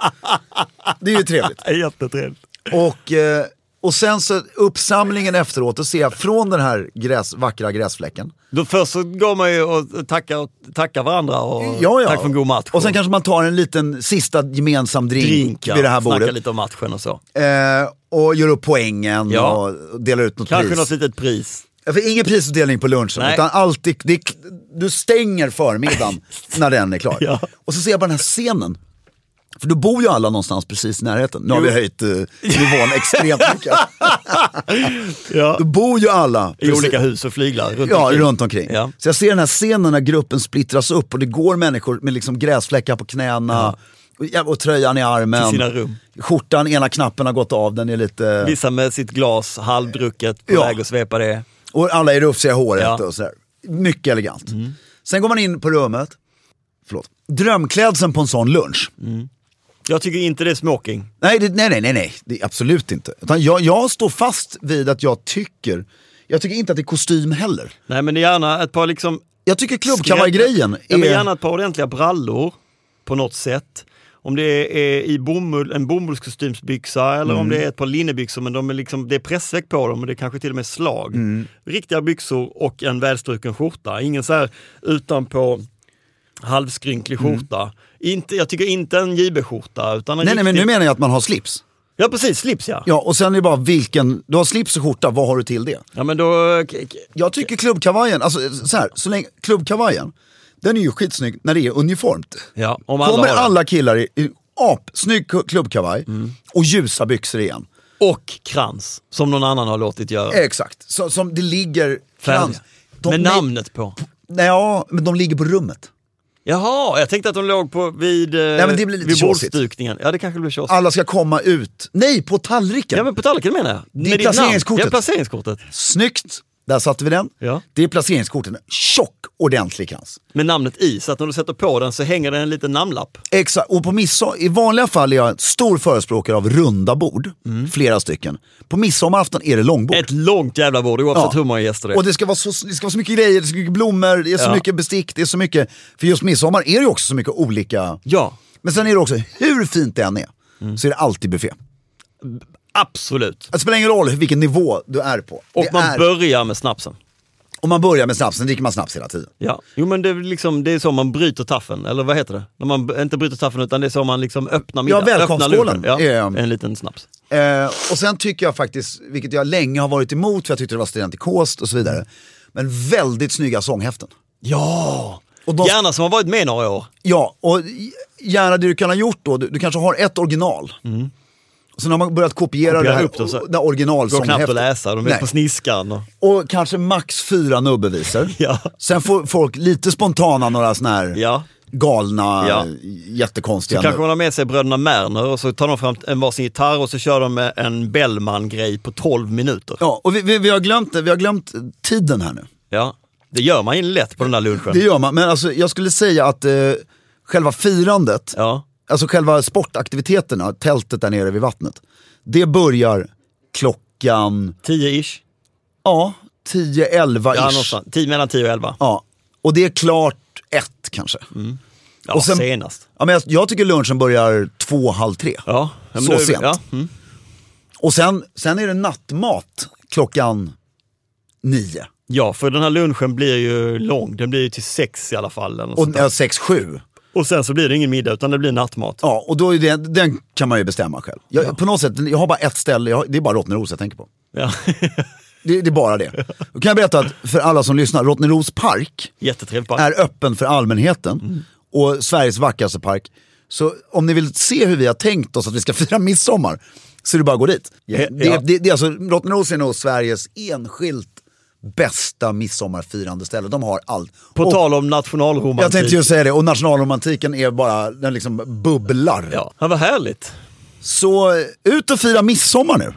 [SPEAKER 1] Det är ju trevligt.
[SPEAKER 2] Jättetrevligt.
[SPEAKER 1] Och, eh, och sen så uppsamlingen efteråt, och se från den här gräs, vackra gräsfläcken.
[SPEAKER 2] Då först så går man ju och tackar, och tackar varandra och
[SPEAKER 1] Ja, ja.
[SPEAKER 2] tack för en god match.
[SPEAKER 1] Och sen kanske man tar en liten sista gemensam drink,
[SPEAKER 2] drinkar,
[SPEAKER 1] vid det här bordet.
[SPEAKER 2] snackar lite om matchen och så.
[SPEAKER 1] Eh, och gör upp poängen
[SPEAKER 2] Ja.
[SPEAKER 1] och delar ut något
[SPEAKER 2] Kanske
[SPEAKER 1] pris.
[SPEAKER 2] något litet pris.
[SPEAKER 1] Ja, för ingen prisutdelning på lunchen,
[SPEAKER 2] Nej.
[SPEAKER 1] utan alltid, det är, du stänger förmiddagen när den är klar.
[SPEAKER 2] Ja.
[SPEAKER 1] Och så ser jag bara den här scenen För då bor ju alla någonstans precis i närheten. Nu har vi höjt eh, nivån extremt mycket.
[SPEAKER 2] Ja.
[SPEAKER 1] Då bor ju alla
[SPEAKER 2] I olika hus och flyglar runt
[SPEAKER 1] Ja,
[SPEAKER 2] omkring.
[SPEAKER 1] runt omkring.
[SPEAKER 2] Ja.
[SPEAKER 1] Så jag ser den här scenen när gruppen splittras upp och det går människor med liksom gräsfläckar på knäna och, ja, och tröjan i armen.
[SPEAKER 2] Till sina rum.
[SPEAKER 1] Skjortan, ena knappen har gått av, den är lite...
[SPEAKER 2] Vissa med sitt glas halvdrucket på
[SPEAKER 1] Ja.
[SPEAKER 2] väg att svepa det.
[SPEAKER 1] Och alla är rufsiga i håret
[SPEAKER 2] Ja. Mm.
[SPEAKER 1] och sådär. Mycket elegant. Sen går man in på rummet. Förlåt. Drömklädseln på en sån lunch.
[SPEAKER 2] Mm. Jag tycker inte det är smoking.
[SPEAKER 1] Nej, det, nej, nej, nej, nej. Det är absolut inte. Utan jag, jag står fast vid att jag tycker, jag tycker inte att det är kostym heller.
[SPEAKER 2] Nej men det är gärna ett par liksom...
[SPEAKER 1] Jag tycker klubbkavaj-grejen
[SPEAKER 2] Ja, men
[SPEAKER 1] är-
[SPEAKER 2] gärna ett par ordentliga brallor på något sätt. Om det är i bomull, en bomullskostymsbyxa eller
[SPEAKER 1] Mm.
[SPEAKER 2] om det är ett par linnebyxor men de är liksom, det är pressväck på dem och det är kanske till och med slag.
[SPEAKER 1] Mm.
[SPEAKER 2] Riktiga byxor och en välstruken skjorta. Ingen så här utanpå halvskrynklig skjorta. Inte, jag tycker inte en JB-skjorta utan en
[SPEAKER 1] Mm. Nej, nej, men nu
[SPEAKER 2] riktig-
[SPEAKER 1] menar jag att man har slips.
[SPEAKER 2] Ja precis, slips ja.
[SPEAKER 1] Ja, och sen är det bara vilken, du har slips och skjorta, vad har du till det?
[SPEAKER 2] Ja men då... k- k-
[SPEAKER 1] Jag tycker klubbkavajen, alltså så här, så länge, klubbkavajen, den är ju skitsnygg när det är uniformt.
[SPEAKER 2] Ja, om alla
[SPEAKER 1] Kommer
[SPEAKER 2] har den.
[SPEAKER 1] alla killar i, i apsnygg ku- klubbkavaj och ljusa byxor igen.
[SPEAKER 2] Och krans, som någon annan har låtit göra.
[SPEAKER 1] Exakt, så, som det ligger...
[SPEAKER 2] Färdiga.
[SPEAKER 1] krans- Eh, de-
[SPEAKER 2] Med namnet på.
[SPEAKER 1] Nej, ja, men de ligger på rummet.
[SPEAKER 2] Jaha, jag tänkte att de låg på vid, Nej,
[SPEAKER 1] men det blir lite
[SPEAKER 2] vid
[SPEAKER 1] tjåsigt.
[SPEAKER 2] bordsdukningen. Ja, det kanske blir tjåsigt.
[SPEAKER 1] Alla ska komma ut. Nej, på tallriken.
[SPEAKER 2] Ja, men på tallriken menar jag. Med ditt namn.
[SPEAKER 1] placeringskortet.
[SPEAKER 2] Ja, placeringskortet.
[SPEAKER 1] Snyggt, där satte vi den.
[SPEAKER 2] Ja.
[SPEAKER 1] Det är placeringskorten. Tjock, ordentlig krans.
[SPEAKER 2] Med namnet i, så att när du sätter på den så hänger det en liten namnlapp.
[SPEAKER 1] Exakt, och på midsommar, i vanliga fall är jag en stor förespråkare av runda bord,
[SPEAKER 2] Mm.
[SPEAKER 1] flera stycken. På midsommarafton är det långbord.
[SPEAKER 2] Ett långt jävla bord oavsett hur många gäster det är.
[SPEAKER 1] Och det ska, vara så, det ska vara så mycket grejer, det ska vara mycket blommor, det är så
[SPEAKER 2] Ja.
[SPEAKER 1] mycket bestick, det är så mycket. För just midsommar är det ju också så mycket olika.
[SPEAKER 2] Ja, Mm.
[SPEAKER 1] Men sen är det också, hur fint det än är, så är det alltid buffé. Alltså,
[SPEAKER 2] absolut.
[SPEAKER 1] Det spelar ingen roll vilken nivå du är på.
[SPEAKER 2] Och
[SPEAKER 1] det
[SPEAKER 2] man
[SPEAKER 1] är,
[SPEAKER 2] börjar med snapsen.
[SPEAKER 1] om man börjar med snaps, sen dricker man snaps hela tiden.
[SPEAKER 2] Ja, jo men det är, liksom, det är så man bryter taffen, eller vad heter det? När man b- inte bryter taffen utan det är så man liksom öppnar middagen.
[SPEAKER 1] välkomstskålen.
[SPEAKER 2] Ja,
[SPEAKER 1] Ehm.
[SPEAKER 2] en liten snaps.
[SPEAKER 1] Eh, och sen tycker jag faktiskt, vilket jag länge har varit emot för jag tyckte det var studentikost och så vidare. Men väldigt snygga sånghäften.
[SPEAKER 2] Ja!
[SPEAKER 1] Och de-
[SPEAKER 2] Gärna som har varit med några år.
[SPEAKER 1] Ja, och gärna det du kan ha gjort då, du, du kanske har ett original. Och sen har man börjat kopiera
[SPEAKER 2] Kopiera
[SPEAKER 1] det här,
[SPEAKER 2] upp dem så-
[SPEAKER 1] och- det här
[SPEAKER 2] Går knappt att
[SPEAKER 1] originalsånghäftet.
[SPEAKER 2] läsa, de är
[SPEAKER 1] Nej.
[SPEAKER 2] på sniskan. Och...
[SPEAKER 1] Och kanske max fyra nubbevisor.
[SPEAKER 2] Ja.
[SPEAKER 1] Sen får folk lite spontana några sådana här
[SPEAKER 2] Ja.
[SPEAKER 1] galna,
[SPEAKER 2] Ja.
[SPEAKER 1] jättekonstiga
[SPEAKER 2] Kanske
[SPEAKER 1] nubb.
[SPEAKER 2] man har med sig bröderna Merner och så tar de fram en varsin gitarr och så kör de med en Bellman-grej på 12 minuter. Ja.
[SPEAKER 1] Ja, och vi, vi, vi, har glömt, det, vi har glömt tiden här nu.
[SPEAKER 2] Det gör man ju lätt på den där lunchen.
[SPEAKER 1] Det gör man, men alltså, jag skulle säga att eh, själva firandet,
[SPEAKER 2] Ja.
[SPEAKER 1] alltså själva sportaktiviteterna, tältet där nere vid vattnet, det börjar klockan
[SPEAKER 2] 10-ish.
[SPEAKER 1] ja, 10-11
[SPEAKER 2] Ja,
[SPEAKER 1] ish.
[SPEAKER 2] någonstans. 10, mellan 10 och 11. Ja,
[SPEAKER 1] Ja, och det är klart ett kanske.
[SPEAKER 2] Mm.
[SPEAKER 1] och sen-
[SPEAKER 2] senast.
[SPEAKER 1] Ja, men jag, jag tycker lunchen börjar två, halv tre.
[SPEAKER 2] Ja. ja, men
[SPEAKER 1] Så
[SPEAKER 2] då är vi-
[SPEAKER 1] sent.
[SPEAKER 2] Ja. Mm.
[SPEAKER 1] Och sen, sen är det nattmat klockan nio.
[SPEAKER 2] ja, för den här lunchen blir ju lång. Den blir ju till sex i alla fall. Eller något
[SPEAKER 1] Och
[SPEAKER 2] sånt där.
[SPEAKER 1] äh, sex, sju.
[SPEAKER 2] och sen så blir det ingen middag utan det blir nattmat.
[SPEAKER 1] Ja, och då är det, den kan man ju bestämma själv. Jag, På något sätt, jag har bara ett ställe, jag, det är bara Rottneros jag tänker på.
[SPEAKER 2] Ja.
[SPEAKER 1] Det, det är bara det. Då kan jag berätta att för alla som lyssnar, Rottneros park
[SPEAKER 2] Jättetrevligt park.
[SPEAKER 1] är öppen för allmänheten
[SPEAKER 2] Mm.
[SPEAKER 1] och Sveriges vackraste park. Så om ni vill se hur vi har tänkt oss att vi ska fira midsommar så är det bara att gå dit.
[SPEAKER 2] Ja.
[SPEAKER 1] Det, det, det, är alltså, Rottneros är nog Sveriges enskilt bästa midsommarfirande ställe. De har allt.
[SPEAKER 2] På
[SPEAKER 1] Och-
[SPEAKER 2] tal om nationalromantik.
[SPEAKER 1] Jag tänkte ju säga det, och nationalromantiken är bara, den liksom bubblar.
[SPEAKER 2] Ja, ja, vad härligt.
[SPEAKER 1] Så eh, ut och fira midsommar nu.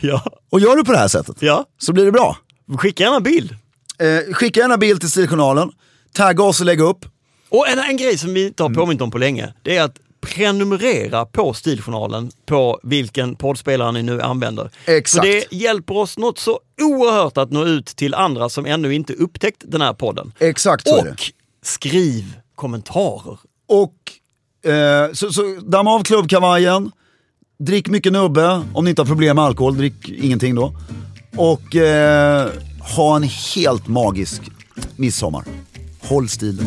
[SPEAKER 2] Ja.
[SPEAKER 1] Och gör du på det här sättet
[SPEAKER 2] ja.
[SPEAKER 1] så blir det bra.
[SPEAKER 2] Skicka gärna en bild.
[SPEAKER 1] Eh, skicka gärna bild till Stiljournalen, tagga oss och lägg upp.
[SPEAKER 2] Och en, en grej som vi inte har
[SPEAKER 1] Mm.
[SPEAKER 2] påmint om på länge, det är att prenumerera på Stiljournalen på vilken poddspelare ni nu använder.
[SPEAKER 1] Exakt.
[SPEAKER 2] För det hjälper oss något så oerhört att nå ut till andra som ännu inte upptäckt den här podden.
[SPEAKER 1] Exakt så är det.
[SPEAKER 2] Och skriv kommentarer.
[SPEAKER 1] Och eh, så, så damma av klubbkavajen, drick mycket nubbe, om ni inte har problem med alkohol, drick ingenting då. Och eh, ha en helt magisk midsommar. Håll stilen.